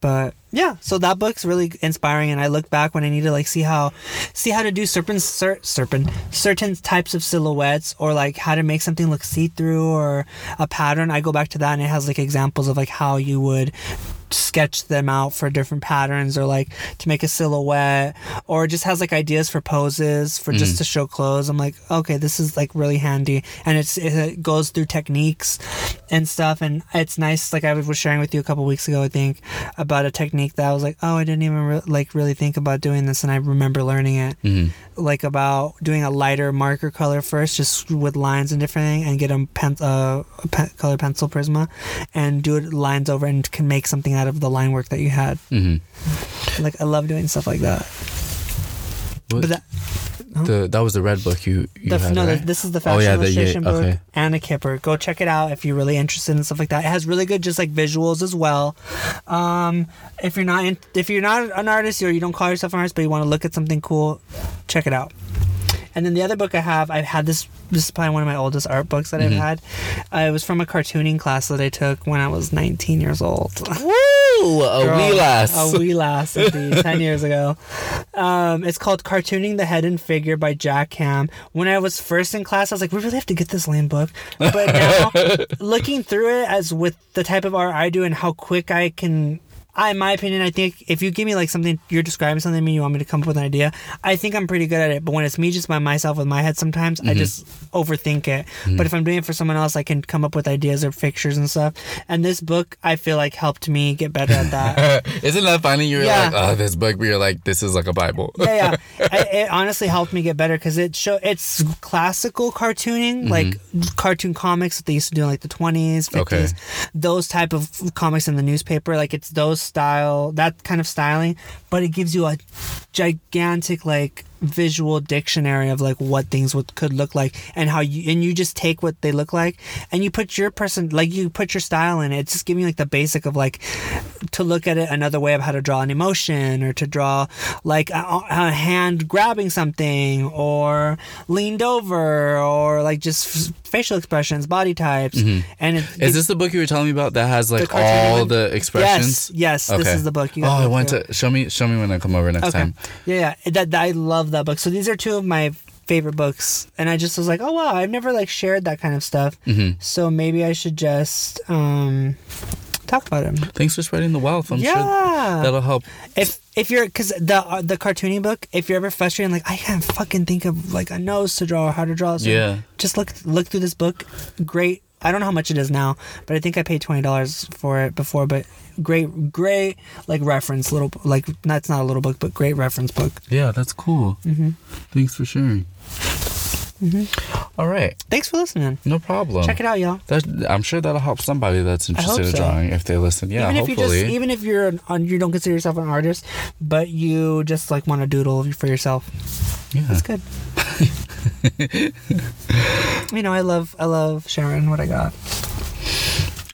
Speaker 2: But yeah, so that book's really inspiring, and I look back when I need to like see how, see how to do certain cer- certain certain types of silhouettes, or like how to make something look see through, or a pattern. I go back to that, and it has like examples of like how you would sketch them out for different patterns, or like to make a silhouette, or it just has like ideas for poses for just to show clothes. I'm like, okay, this is like really handy, and it's it goes through techniques and stuff, and it's nice. Like I was sharing with you a couple weeks ago, I think, about a technique that I was like, oh, I didn't even re- like really think about doing this, and I remember learning it, like about doing a lighter marker color first, just with lines and different thing, and get a, pen- uh, a pe- color pencil prisma, and do it lines over, and can make something out of the line work that you had. Like I love doing stuff like that.
Speaker 3: What-
Speaker 2: But that,
Speaker 3: the, that was the red book you, you
Speaker 2: the,
Speaker 3: had,
Speaker 2: no,
Speaker 3: right?
Speaker 2: this is the
Speaker 3: Oh,
Speaker 2: fashion
Speaker 3: yeah, the- yeah,
Speaker 2: illustration book.
Speaker 3: okay.
Speaker 2: Anna Kipper. Go check it out if you're really interested in stuff like that. It has really good just like visuals as well. Um, if you're not in, if you're not an artist or you don't call yourself an artist but you want to look at something cool, check it out. And then the other book I have, I've had this. This is probably one of my oldest art books that
Speaker 3: Mm-hmm.
Speaker 2: I've had. Uh, it was from a cartooning class that I took when I was 19 years old.
Speaker 3: Woo! A
Speaker 2: Girl,
Speaker 3: wee lass.
Speaker 2: A wee lass, indeed, 10 years ago. Um, it's called Cartooning the Head and Figure by Jack Ham. When I was first in class, I was like, we really have to get this lame book. But now, looking through it as with the type of art I do and how quick I can. I, in my opinion, I think if you give me like something, you're describing something to me, you want me to come up with an idea. I think I'm pretty good at it. But when it's me just by myself with my head, sometimes I just overthink it. But if I'm doing it for someone else, I can come up with ideas or pictures and stuff. And this book, I feel like helped me get better at that.
Speaker 3: [laughs] Isn't that funny? You're
Speaker 2: Yeah.
Speaker 3: like, oh, this book, but you're like, this is like a Bible.
Speaker 2: yeah, yeah. I, it honestly helped me get better because it show it's classical cartooning, like cartoon comics that they used to do in like the twenties,
Speaker 3: Okay.
Speaker 2: fifties, those type of comics in the newspaper. Like it's those style, that kind of styling, but it gives you a gigantic like visual dictionary of like what things would could look like and how you and you just take what they look like and you put your person like you put your style in it. It's just giving you like the basic of like to look at it another way of how to draw an emotion or to draw like a, a hand grabbing something or leaned over or like just f- facial expressions, body types, and it,
Speaker 3: [laughs] Mm-hmm. Is this the book you were telling me about that has like
Speaker 2: cartooning
Speaker 3: all
Speaker 2: one?
Speaker 3: the expressions?
Speaker 2: yes, this is the book you
Speaker 3: oh,
Speaker 2: gotta
Speaker 3: I
Speaker 2: look
Speaker 3: want
Speaker 2: through.
Speaker 3: to show me. Show me when I come over next
Speaker 2: Okay.
Speaker 3: time.
Speaker 2: Yeah, yeah. That, that- I love that book. So these are two of my favorite books, and I just was like, oh wow, I've never like shared that kind of stuff.
Speaker 3: Mm-hmm.
Speaker 2: So maybe I should just um, talk about them.
Speaker 3: Thanks for spreading the wealth. I'm
Speaker 2: Yeah.
Speaker 3: sure that'll help.
Speaker 2: If if you're because the uh, the cartooning book, if you're ever frustrated, like I can't fucking think of like a nose to draw or how to draw, so
Speaker 3: Yeah.
Speaker 2: just look look through this book. Great, I don't know how much it is now, but I think I paid twenty dollars for it before. But great, great like reference little like that's not a little book, but great reference book.
Speaker 3: Yeah, that's cool. Mm-hmm. Thanks for sharing.
Speaker 2: Mm-hmm.
Speaker 3: All right,
Speaker 2: Thanks for listening.
Speaker 3: no problem.
Speaker 2: Check it out, y'all.
Speaker 3: That, I'm sure that'll help somebody that's interested in
Speaker 2: so.
Speaker 3: drawing if they listen. Yeah,
Speaker 2: even if
Speaker 3: hopefully.
Speaker 2: you just e- even if you're an, on, you don't consider yourself an artist, but you just like want to doodle for yourself.
Speaker 3: yeah.
Speaker 2: It's
Speaker 3: [laughs]
Speaker 2: good. you know, I love I love sharing what I got.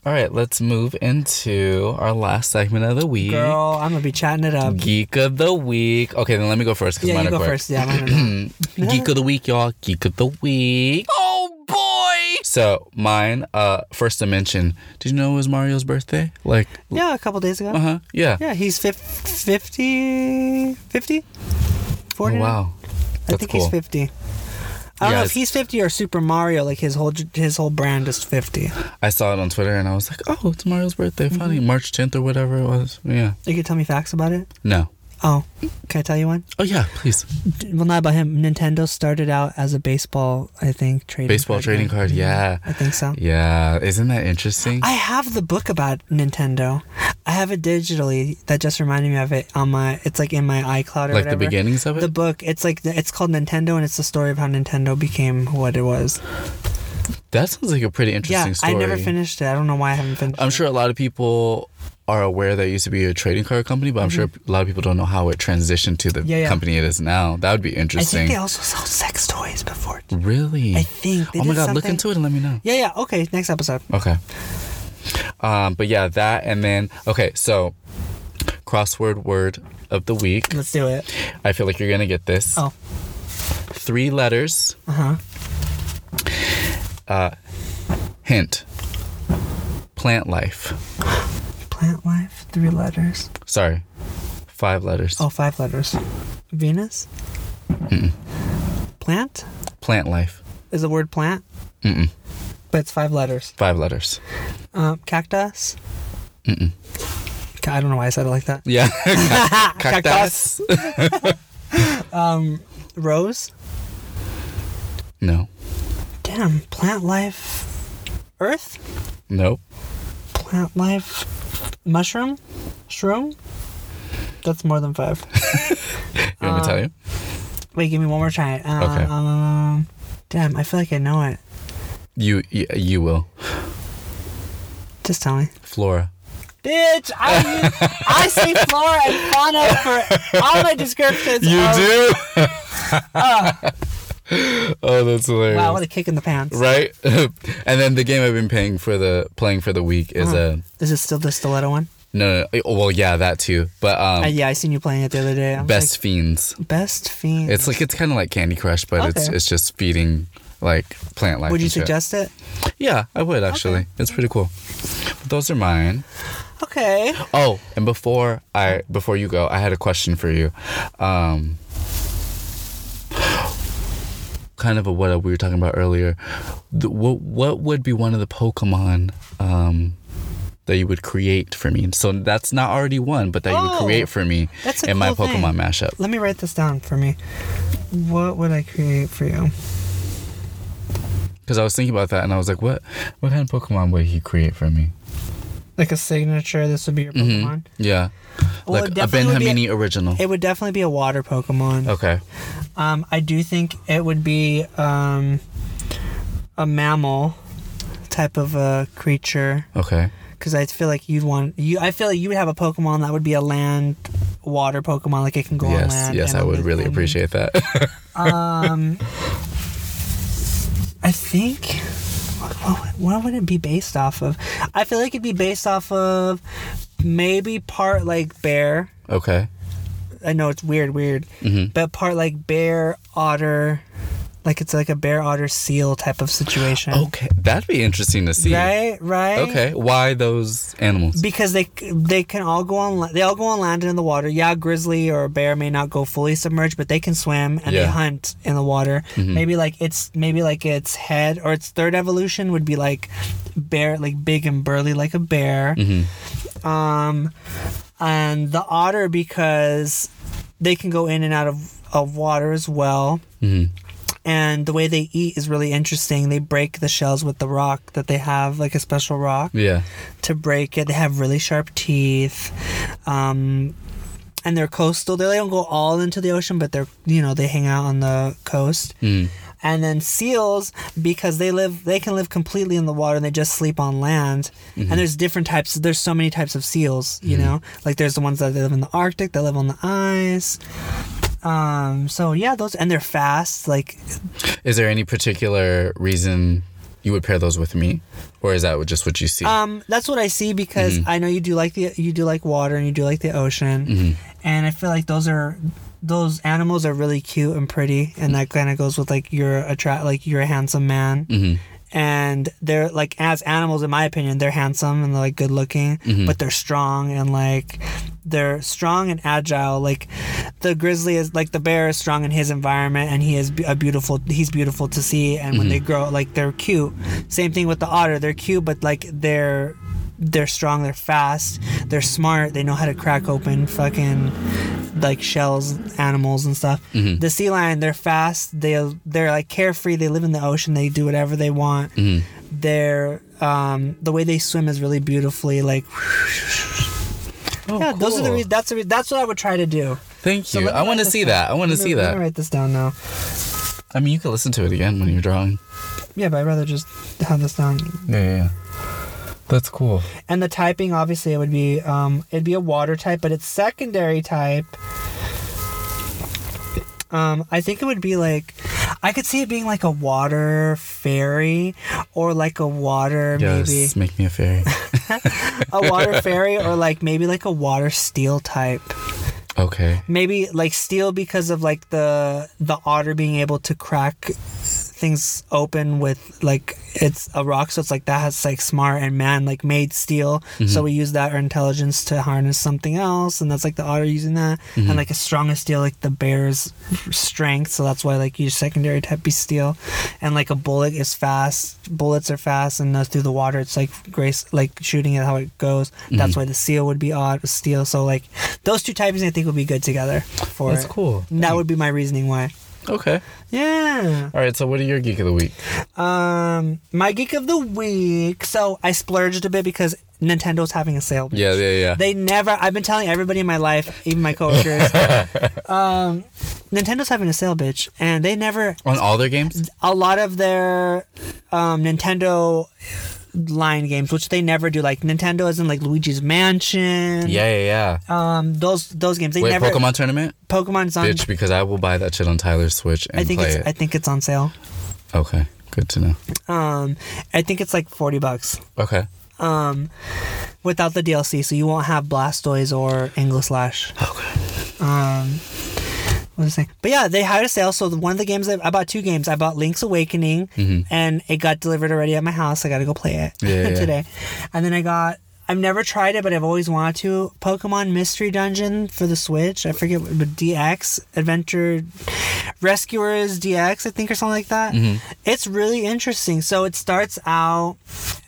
Speaker 3: All right, let's move into our last segment of the week.
Speaker 2: Girl, I'm gonna be chatting it up.
Speaker 3: Geek of the week. Okay, then let me go first because
Speaker 2: Yeah,
Speaker 3: mine
Speaker 2: you
Speaker 3: are
Speaker 2: go
Speaker 3: quick. Hmm.
Speaker 2: first. Yeah, mine are
Speaker 3: [coughs]
Speaker 2: not.
Speaker 3: Geek of the week, y'all. Geek of the week. Oh boy. So mine, uh, first to mention. Did you know it was Mario's birthday? Like,
Speaker 2: yeah, a couple days ago.
Speaker 3: uh huh. Yeah.
Speaker 2: Yeah, he's fif- 50, 50? 40
Speaker 3: Oh,
Speaker 2: now?
Speaker 3: wow. That's
Speaker 2: I think
Speaker 3: cool.
Speaker 2: he's 50. I don't
Speaker 3: Yeah,
Speaker 2: know if
Speaker 3: it's-
Speaker 2: he's 50 or Super Mario, like his whole his whole brand is 50.
Speaker 3: I saw it on Twitter and I was like, oh, it's Mario's birthday.
Speaker 2: Mm-hmm.
Speaker 3: Funny, March 10th or whatever it was. Yeah.
Speaker 2: You can tell me facts about it?
Speaker 3: No.
Speaker 2: Oh, can I tell you one?
Speaker 3: Oh yeah, please.
Speaker 2: Well, not about him. Nintendo started out as a baseball, I think, trading
Speaker 3: Baseball
Speaker 2: card
Speaker 3: trading
Speaker 2: game.
Speaker 3: card. Yeah.
Speaker 2: I think so.
Speaker 3: Yeah. Isn't that interesting?
Speaker 2: I have the book about Nintendo. I have it digitally. That just reminded me of it on my. It's like in my iCloud or
Speaker 3: like
Speaker 2: whatever.
Speaker 3: the beginnings of it.
Speaker 2: The book. It's like the- it's called Nintendo, and it's the story of how Nintendo became what it was.
Speaker 3: that sounds like a pretty interesting
Speaker 2: Yeah,
Speaker 3: story.
Speaker 2: I never finished it. I don't know why I haven't finished.
Speaker 3: I'm
Speaker 2: it.
Speaker 3: sure a lot of people are aware that it used to be a trading card company, but I'm sure a lot of people don't know how it transitioned to the
Speaker 2: Mm-hmm. Yeah, yeah.
Speaker 3: company it is now. That would be
Speaker 2: I think
Speaker 3: interesting.
Speaker 2: they also sold sex toys before.
Speaker 3: really?
Speaker 2: I think they
Speaker 3: Mm. oh my
Speaker 2: did
Speaker 3: god, look
Speaker 2: something-
Speaker 3: into it and let me know.
Speaker 2: Yeah, yeah. Okay, next episode.
Speaker 3: Okay. Um, but yeah, that and then okay, so crossword word of the week.
Speaker 2: Let's do it.
Speaker 3: I feel like you're gonna get this.
Speaker 2: Oh.
Speaker 3: Three letters. Uh,
Speaker 2: Uh huh.
Speaker 3: Hint. Plant life.
Speaker 2: Plant life. Three letters.
Speaker 3: Sorry. Five letters.
Speaker 2: Oh, five letters. Venus. Plant
Speaker 3: Plant life.
Speaker 2: is the word plant. Mm-mm. But it's five letters.
Speaker 3: Five letters.
Speaker 2: Um, cactus. Mm-mm. I don't know why I said it like that.
Speaker 3: Yeah.
Speaker 2: [laughs] Cactus. Um, Rose.
Speaker 3: no.
Speaker 2: Damn. Plant life. Earth.
Speaker 3: Nope.
Speaker 2: Plant life. Mushroom. Shroom. That's more than five.
Speaker 3: You want me to
Speaker 2: Uh.
Speaker 3: tell you?
Speaker 2: Wait, give me one more try. Um,
Speaker 3: Okay.
Speaker 2: um, damn, I feel like I know it.
Speaker 3: You you, you will.
Speaker 2: Just tell me.
Speaker 3: Flora.
Speaker 2: Bitch, I use, I say flora and fauna for all my descriptions. of-
Speaker 3: do.
Speaker 2: [laughs]
Speaker 3: oh, that's hilarious.
Speaker 2: Wow, what a kick in the pants.
Speaker 3: right? [laughs] and then the game I've been paying for the playing for the week is a uh,
Speaker 2: Is it still the stiletto one?
Speaker 3: no, no, no, oh, well, yeah, that too. But um,
Speaker 2: Uh, yeah, I seen you playing it the other day. I was
Speaker 3: best fiends.
Speaker 2: like, best fiend.
Speaker 3: It's like it's kind of like Candy Crush, but it's
Speaker 2: Okay.
Speaker 3: it's just feeding like plant life.
Speaker 2: Would you
Speaker 3: and shit.
Speaker 2: suggest it?
Speaker 3: Yeah, I would actually. It's pretty cool. But those are mine.
Speaker 2: Okay.
Speaker 3: Oh, and before I before you go, I had a question for you. Um kind of a, what we were talking about earlier. The, what what would be one of the Pokemon um that you would create for me? So that's not already one, but that you would
Speaker 2: Oh,
Speaker 3: create for me
Speaker 2: that's a
Speaker 3: in my
Speaker 2: cool thing.
Speaker 3: Pokemon mashup.
Speaker 2: Let me write this down for me. What would I create for you?
Speaker 3: Because I was thinking about that and I was like, what what kind of Pokemon would he create for me?
Speaker 2: Like a signature. This would be your
Speaker 3: Mm-hmm.
Speaker 2: Pokemon.
Speaker 3: Yeah.
Speaker 2: Well, it
Speaker 3: like a
Speaker 2: definitely would be
Speaker 3: Benhamini original.
Speaker 2: It would definitely be a water Pokemon.
Speaker 3: okay.
Speaker 2: Um, I do think it would be um, a mammal type of a creature
Speaker 3: Okay.
Speaker 2: because I feel like you'd want you. I feel like you would have a Pokemon that would be a land water Pokemon, like it can go on
Speaker 3: Yes,
Speaker 2: land.
Speaker 3: yes,
Speaker 2: and
Speaker 3: I
Speaker 2: on
Speaker 3: would
Speaker 2: the-
Speaker 3: really
Speaker 2: and-
Speaker 3: appreciate that. [laughs]
Speaker 2: I think. What, what, what would it be based off of? I feel like it'd be based off of maybe part like bear.
Speaker 3: okay. Mm-hmm.
Speaker 2: I know it's weird, weird, but part like bear, otter, Like it's like a bear otter seal type of situation.
Speaker 3: Okay, that'd be interesting to see.
Speaker 2: Right, right.
Speaker 3: Okay, why those animals?
Speaker 2: Because they c- they can all go on la- they all go on land and in the water. Yeah, a grizzly or a bear may not go fully submerged, but they can swim and they
Speaker 3: Yeah.
Speaker 2: hunt in the water. Maybe like it's maybe like its head or its third evolution would be like bear like big and burly like a bear. Um, and the otter because they can go in and out of of water as well. And the way they eat is really interesting. They break the shells with the rock that they have, like a special rock
Speaker 3: yeah,
Speaker 2: to break it. They have really sharp teeth. Um, and they're coastal. They don't go all into the ocean, but they're, you know, they hang out on the coast. And then seals, because they live, they can live completely in the water and they just sleep on land. And there's different types. There's so many types of seals, you know? Like there's the ones that live in the Arctic, that live on the ice. Um, so yeah, those, and they're fast. Like
Speaker 3: is there any particular reason you would pair those with me, or is that just what you see?
Speaker 2: Um, that's what I see because I know you do like the you do like water and you do like the ocean, and I feel like those are those animals are really cute and pretty, and that kind of goes with like you're attract like you're a handsome man. And they're like as animals, in my opinion, they're handsome and they're like good looking, but they're strong and like they're strong and agile. Like the grizzly is like the bear is strong in his environment, and he is b- a beautiful. He's beautiful to see, and when they
Speaker 3: Mm-hmm.
Speaker 2: grow, like they're cute. Same thing with the otter; they're cute, but like they're they're strong, they're fast, they're smart. They know how to crack open fucking like shells, animals and stuff.
Speaker 3: Mm-hmm.
Speaker 2: The sea lion, they're fast. They they're like carefree. They live in the ocean. They do whatever they want.
Speaker 3: Mm-hmm.
Speaker 2: They're um, the way they swim is really beautifully like.
Speaker 3: Oh,
Speaker 2: Yeah, those are the
Speaker 3: cool.
Speaker 2: reasons. That's the re- that's what I would try to do.
Speaker 3: Thank you.
Speaker 2: let me
Speaker 3: I
Speaker 2: write
Speaker 3: want to
Speaker 2: this
Speaker 3: see
Speaker 2: down.
Speaker 3: that. I want to
Speaker 2: Let me-
Speaker 3: see
Speaker 2: let me
Speaker 3: that.
Speaker 2: write this down now.
Speaker 3: I mean, you can listen to it again when you're drawing.
Speaker 2: Yeah, but I'd rather just have this down.
Speaker 3: Yeah, yeah. That's cool.
Speaker 2: And the typing, obviously, it would be um, it'd be a water type, but its secondary type. Um, I think it would be like, I could see it being like a water fairy, or like a water
Speaker 3: Yes, [laughs]
Speaker 2: maybe
Speaker 3: make me a fairy.
Speaker 2: a water fairy, or like maybe like a water steel type.
Speaker 3: Okay.
Speaker 2: Maybe like steel because of like the the otter being able to crack things open with like it's a rock so it's like that has like smart and man like made steel
Speaker 3: Mm-hmm.
Speaker 2: so we use that our intelligence to harness something else and that's like the otter using that
Speaker 3: Mm-hmm.
Speaker 2: and like a strongest steel like the bear's strength so that's why like your secondary type is steel and like a bullet is fast bullets are fast and that's through the water it's like grace like shooting it how it goes
Speaker 3: Mm-hmm.
Speaker 2: that's why the seal would be odd steel so like those two types i think would be good together for
Speaker 3: That's
Speaker 2: it.
Speaker 3: cool.
Speaker 2: And that would be my reasoning why
Speaker 3: Okay.
Speaker 2: yeah
Speaker 3: All right. So, what are your geek of the week?
Speaker 2: um, my geek of the week. So I splurged a bit because Nintendo's having a sale.
Speaker 3: Yeah, yeah, yeah.
Speaker 2: They never. I've been telling everybody in my life, even my
Speaker 3: [laughs]
Speaker 2: coworkers. um, Nintendo's having a sale, bitch, and they never.
Speaker 3: On all their games?
Speaker 2: A lot of their um, Nintendo line games, which they never do, like Nintendo isn't like Luigi's Mansion.
Speaker 3: Yeah, yeah, yeah.
Speaker 2: Um, those those games they
Speaker 3: Wait,
Speaker 2: never.
Speaker 3: Pokemon tournament?
Speaker 2: Pokemon's on.
Speaker 3: Bitch, because I will buy that shit on Tyler's Switch and
Speaker 2: I think
Speaker 3: play
Speaker 2: it's.
Speaker 3: it.
Speaker 2: I think it's on sale.
Speaker 3: okay. Good to know.
Speaker 2: Um, I think it's like forty bucks.
Speaker 3: Okay.
Speaker 2: um, without the DLC, so you won't have Blastoise or Angloslash. Okay. Um, what was I saying? But yeah, they had a sale, so the, one of the games that I bought two games. I bought Link's Awakening, and it got delivered already at my house. I got to go play it
Speaker 3: Mm-hmm. Yeah,
Speaker 2: [laughs]
Speaker 3: yeah.
Speaker 2: today, and then I got. I've never tried it, but I've always wanted to. Pokemon Mystery Dungeon for the Switch. I forget what, but DX Adventure Rescuers DX, I think, or something like that.
Speaker 3: Mm-hmm.
Speaker 2: It's really interesting. So it starts out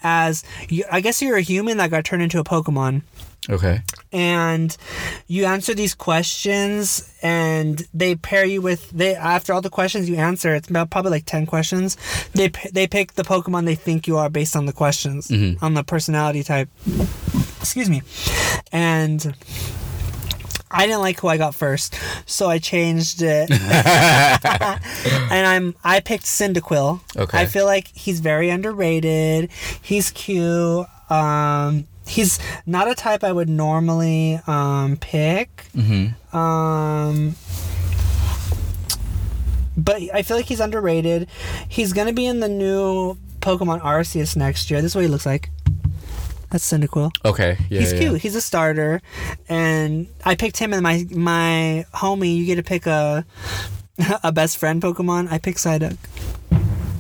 Speaker 2: as you, I guess you're a human that got turned into a Pokemon.
Speaker 3: Okay.
Speaker 2: And you answer these questions, and they pair you with they. After all the questions you answer, it's about probably like ten questions. They p- they pick the Pokemon they think you are based on the questions, on the personality type. Excuse me, and I didn't like who I got first, so I changed it. and I'm I picked Cyndaquil.
Speaker 3: Okay.
Speaker 2: I feel like he's very underrated. He's cute. Um, he's not a type I would normally um, pick. Mm-hmm. Um, but I feel like he's underrated. He's gonna be in the new Pokemon Arceus next year. This is what he looks like. That's Cyndaquil
Speaker 3: Okay. Yeah.
Speaker 2: he's
Speaker 3: yeah.
Speaker 2: cute. He's a starter, and I picked him and my my homie. You get to pick a [laughs] a best friend Pokemon, I picked Psyduck.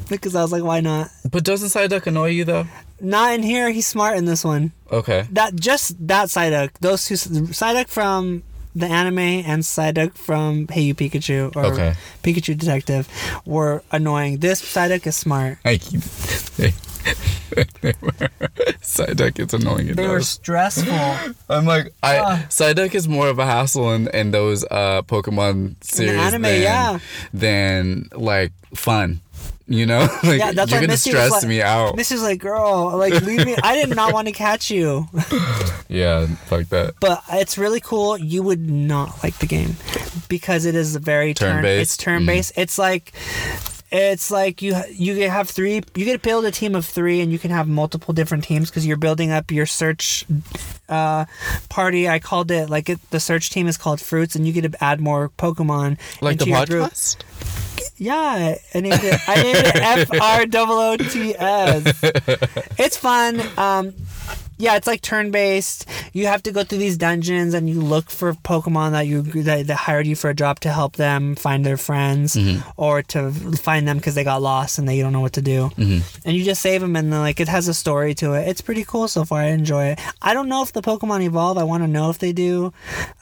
Speaker 2: Because I was like, why not?
Speaker 3: But doesn't Psyduck annoy you though?
Speaker 2: Not in here. He's smart in this one.
Speaker 3: Okay.
Speaker 2: That just that Psyduck. Those two Psyduck from the anime and Psyduck from Hey You Pikachu or
Speaker 3: Okay.
Speaker 2: Pikachu Detective were annoying. This Psyduck is smart.
Speaker 3: I keep. [laughs] They, they were. [laughs] Psyduck is annoying. in
Speaker 2: They were
Speaker 3: those.
Speaker 2: stressful.
Speaker 3: I'm like I
Speaker 2: Ugh.
Speaker 3: Psyduck is more of a hassle in, in those uh Pokemon series
Speaker 2: anime,
Speaker 3: than,
Speaker 2: yeah.
Speaker 3: than like fun. You know? [laughs] like
Speaker 2: Yeah, that's
Speaker 3: [laughs] you're
Speaker 2: why
Speaker 3: gonna
Speaker 2: Misty was
Speaker 3: stress
Speaker 2: like-
Speaker 3: me out.
Speaker 2: This is like, girl, like leave me. I did not want to catch you.
Speaker 3: Yeah, fuck that.
Speaker 2: but it's really cool. You would not like the game because it is very turn,
Speaker 3: Turn-based? Mm.
Speaker 2: It's turn based. It's like it's like you you have three. You get to build a team of three, and you can have multiple different teams because you're building up your search uh, party. I called it like it, the search team is called Fruits, and you get to add more Pokemon
Speaker 3: Like
Speaker 2: into
Speaker 3: the
Speaker 2: your group.
Speaker 3: podcast?
Speaker 2: Yeah, I named it. I named it F R O O T S. It's fun. Um, yeah, it's like turn based. You have to go through these dungeons and you look for Pokemon that you that, that hired you for a job to help them find their friends or to find them because they got lost and they don't know what to do. Mm-hmm. And you just save them and then, like it has a story to it. It's pretty cool so far. I enjoy it. I don't know if the Pokemon evolve. I want to know if they do.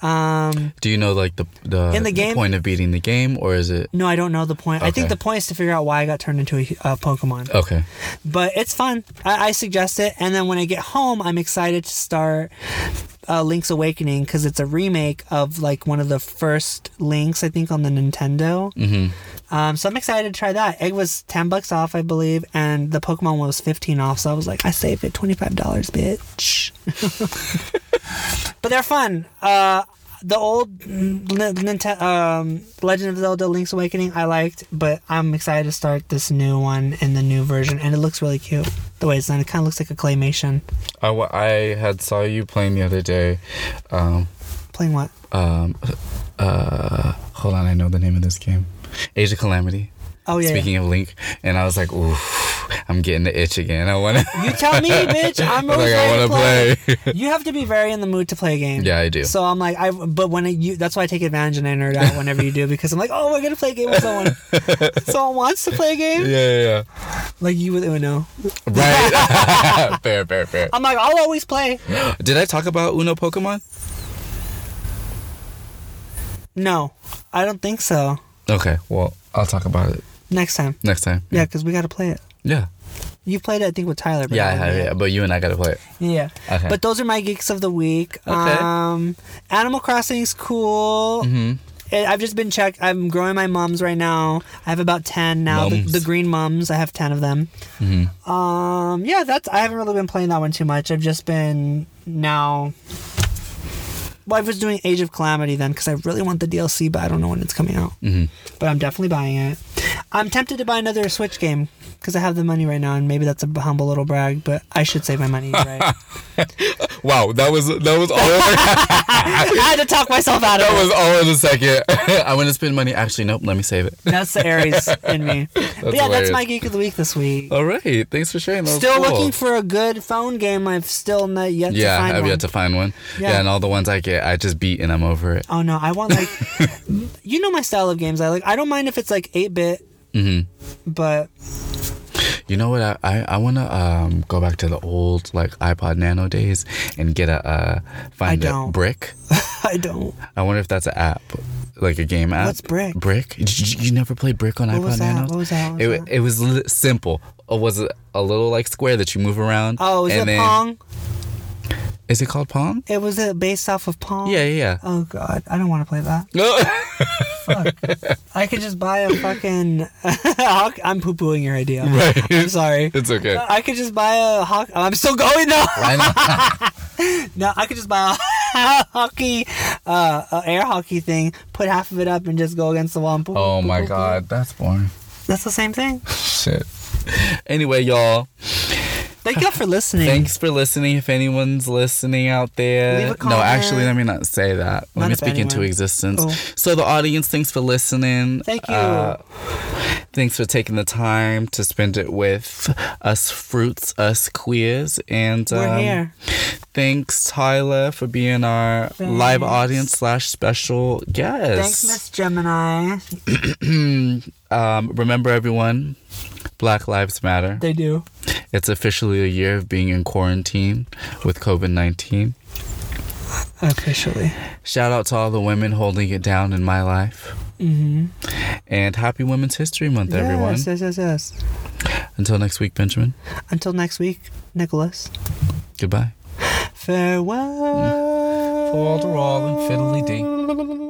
Speaker 2: Um,
Speaker 3: Do you know like the the,
Speaker 2: In the game-
Speaker 3: point of beating the game or is it
Speaker 2: no, I don't know the point. I think
Speaker 3: Okay.
Speaker 2: the point is to figure out why I got turned into a, a Pokemon.
Speaker 3: Okay.
Speaker 2: but it's fun. I, I suggest it. And then when I get home, I'm excited to start uh, Link's Awakening because it's a remake of like one of the first Links, I think, on the Nintendo. Mm-hmm. Um, so I'm excited to try that. It was ten bucks off, I believe, and the Pokemon one was fifteen off. So I was like, I saved it twenty five dollars, bitch. [laughs] but they're fun. Uh, the old mm, N- Ninte- um, Legend of Zelda: Link's Awakening I liked, but I'm excited to start this new one and the new version, and it looks really cute. The way it's done, it kind of looks like a claymation.
Speaker 3: I, wa- I had saw you playing the other day. Um
Speaker 2: Playing
Speaker 3: [laughs]
Speaker 2: what?
Speaker 3: um uh hold on, I know the name of this game. Age of Calamity.
Speaker 2: Oh yeah. yeah.
Speaker 3: Speaking of Link, and I was like, oof, I'm getting the itch again. I wanna
Speaker 2: You
Speaker 3: [laughs]
Speaker 2: tell me, bitch. I'm
Speaker 3: Like,
Speaker 2: always
Speaker 3: I
Speaker 2: ready to
Speaker 3: wanna
Speaker 2: play.
Speaker 3: play.
Speaker 2: you have to be very in the mood to play a game.
Speaker 3: Yeah, I do.
Speaker 2: So I'm like, I but when it, you, that's why I take advantage and I nerd out whenever you do because I'm like, oh, we're gonna play a game with someone.
Speaker 3: [laughs]
Speaker 2: someone wants to play a game,
Speaker 3: yeah, yeah.
Speaker 2: like you with Uno.
Speaker 3: [laughs] Right. fair, fair, fair.
Speaker 2: I'm like, I'll always play.
Speaker 3: Did I talk about Uno Pokemon?
Speaker 2: No, I don't think so.
Speaker 3: Okay, well, I'll talk about it
Speaker 2: Next time,
Speaker 3: next time.
Speaker 2: yeah, because we gotta play it.
Speaker 3: Yeah.
Speaker 2: You played it, I think, with Tyler. but
Speaker 3: Yeah, I
Speaker 2: not
Speaker 3: have,
Speaker 2: me.
Speaker 3: yeah, but you and I gotta play it.
Speaker 2: Yeah.
Speaker 3: Okay.
Speaker 2: But those are my geeks of the week.
Speaker 3: Okay.
Speaker 2: Um, Animal Crossing's cool. Mm-hmm. I've just been checked. I'm growing my mums right now. I have about ten now. The,
Speaker 3: Mums.
Speaker 2: the green mums. I have ten of them. Um, yeah, that's. I haven't really been playing that one too much. I've just been now. Well, I was doing Age of Calamity then because I really want the DLC, but I don't know when it's coming out. Mm-hmm. But I'm definitely buying it. I'm tempted to buy another Switch game because I have the money right now, and maybe that's a humble little brag, but I should save my money, right?
Speaker 3: Wow, that was that was all [laughs] that
Speaker 2: I had to talk myself out of it.
Speaker 3: was all in a second. [laughs] I want to spend money. Actually, nope. Let me save it.
Speaker 2: That's the Aries in
Speaker 3: [laughs]
Speaker 2: me. But yeah, that's
Speaker 3: hilarious.
Speaker 2: my geek of the week this week.
Speaker 3: All right. Thanks for sharing. That was
Speaker 2: Still
Speaker 3: cool.
Speaker 2: looking for a good phone game. I've still not yet
Speaker 3: Yeah,
Speaker 2: to find
Speaker 3: I've
Speaker 2: one.
Speaker 3: yet to find one.
Speaker 2: Yeah.
Speaker 3: Yeah. and all the ones I get, I just beat and I'm over it.
Speaker 2: oh no, I want
Speaker 3: [laughs]
Speaker 2: like, you know my style of games. I like. I don't mind if it's like eight bit.
Speaker 3: Mm-hmm.
Speaker 2: But [laughs]
Speaker 3: You know what? I I, I want to um go back to the old like iPod Nano days and get a uh find a
Speaker 2: don't.
Speaker 3: brick.
Speaker 2: I don't.
Speaker 3: I wonder if that's an app, like a game app.
Speaker 2: What's Brick?
Speaker 3: Brick? Did you, you never played Brick on iPod
Speaker 2: was that?
Speaker 3: Nano?
Speaker 2: What was that? What
Speaker 3: it,
Speaker 2: was
Speaker 3: wa-
Speaker 2: that?
Speaker 3: it was li- simple. It was a, a little like square that you move around.
Speaker 2: Oh, is
Speaker 3: and
Speaker 2: it
Speaker 3: then-
Speaker 2: Pong?
Speaker 3: Is it called Pong?
Speaker 2: It was it based off of Pong.
Speaker 3: Yeah, yeah, yeah.
Speaker 2: Oh god, I don't want to play that.
Speaker 3: No. [laughs]
Speaker 2: I could just buy a fucking. [laughs] I'm poo pooing your idea.
Speaker 3: Right.
Speaker 2: I'm
Speaker 3: [laughs]
Speaker 2: sorry.
Speaker 3: it's okay.
Speaker 2: I could just buy a hockey. I'm still going though.
Speaker 3: I know.
Speaker 2: No, I could just buy a [laughs] hockey, uh, a air hockey thing, put half of it up, and just go against the wall. And boop, boop,
Speaker 3: Oh
Speaker 2: boop,
Speaker 3: my
Speaker 2: boop.
Speaker 3: God, that's boring.
Speaker 2: that's the same thing.
Speaker 3: Shit. Anyway, y'all,
Speaker 2: Thank you for listening.
Speaker 3: thanks for listening. If anyone's listening
Speaker 2: Leave
Speaker 3: out
Speaker 2: a
Speaker 3: there, no,
Speaker 2: comment.
Speaker 3: actually, let me not say that. Let
Speaker 2: Not
Speaker 3: me
Speaker 2: if
Speaker 3: speak into
Speaker 2: anyone-
Speaker 3: existence.
Speaker 2: Oh.
Speaker 3: So, the audience, thanks for listening.
Speaker 2: Thank you.
Speaker 3: Uh, Thanks for taking the time to spend it with us fruits, us queers. And
Speaker 2: We're
Speaker 3: um,
Speaker 2: here.
Speaker 3: thanks, Tyler, for being our live audience slash special
Speaker 2: Thanks,
Speaker 3: guest.
Speaker 2: Miss Gemini.
Speaker 3: Um, remember, everyone, Black Lives Matter.
Speaker 2: They do.
Speaker 3: It's officially a year of being in quarantine with COVID 19.
Speaker 2: Officially.
Speaker 3: Shout out to all the women holding it down in my life. Mm-hmm. And happy Women's History Month, everyone.
Speaker 2: Yes, yes, yes, yes.
Speaker 3: Until next week, Benjamin.
Speaker 2: Until next week, Nicholas.
Speaker 3: Goodbye.
Speaker 2: Farewell.
Speaker 3: Mm. All the and fiddly dee.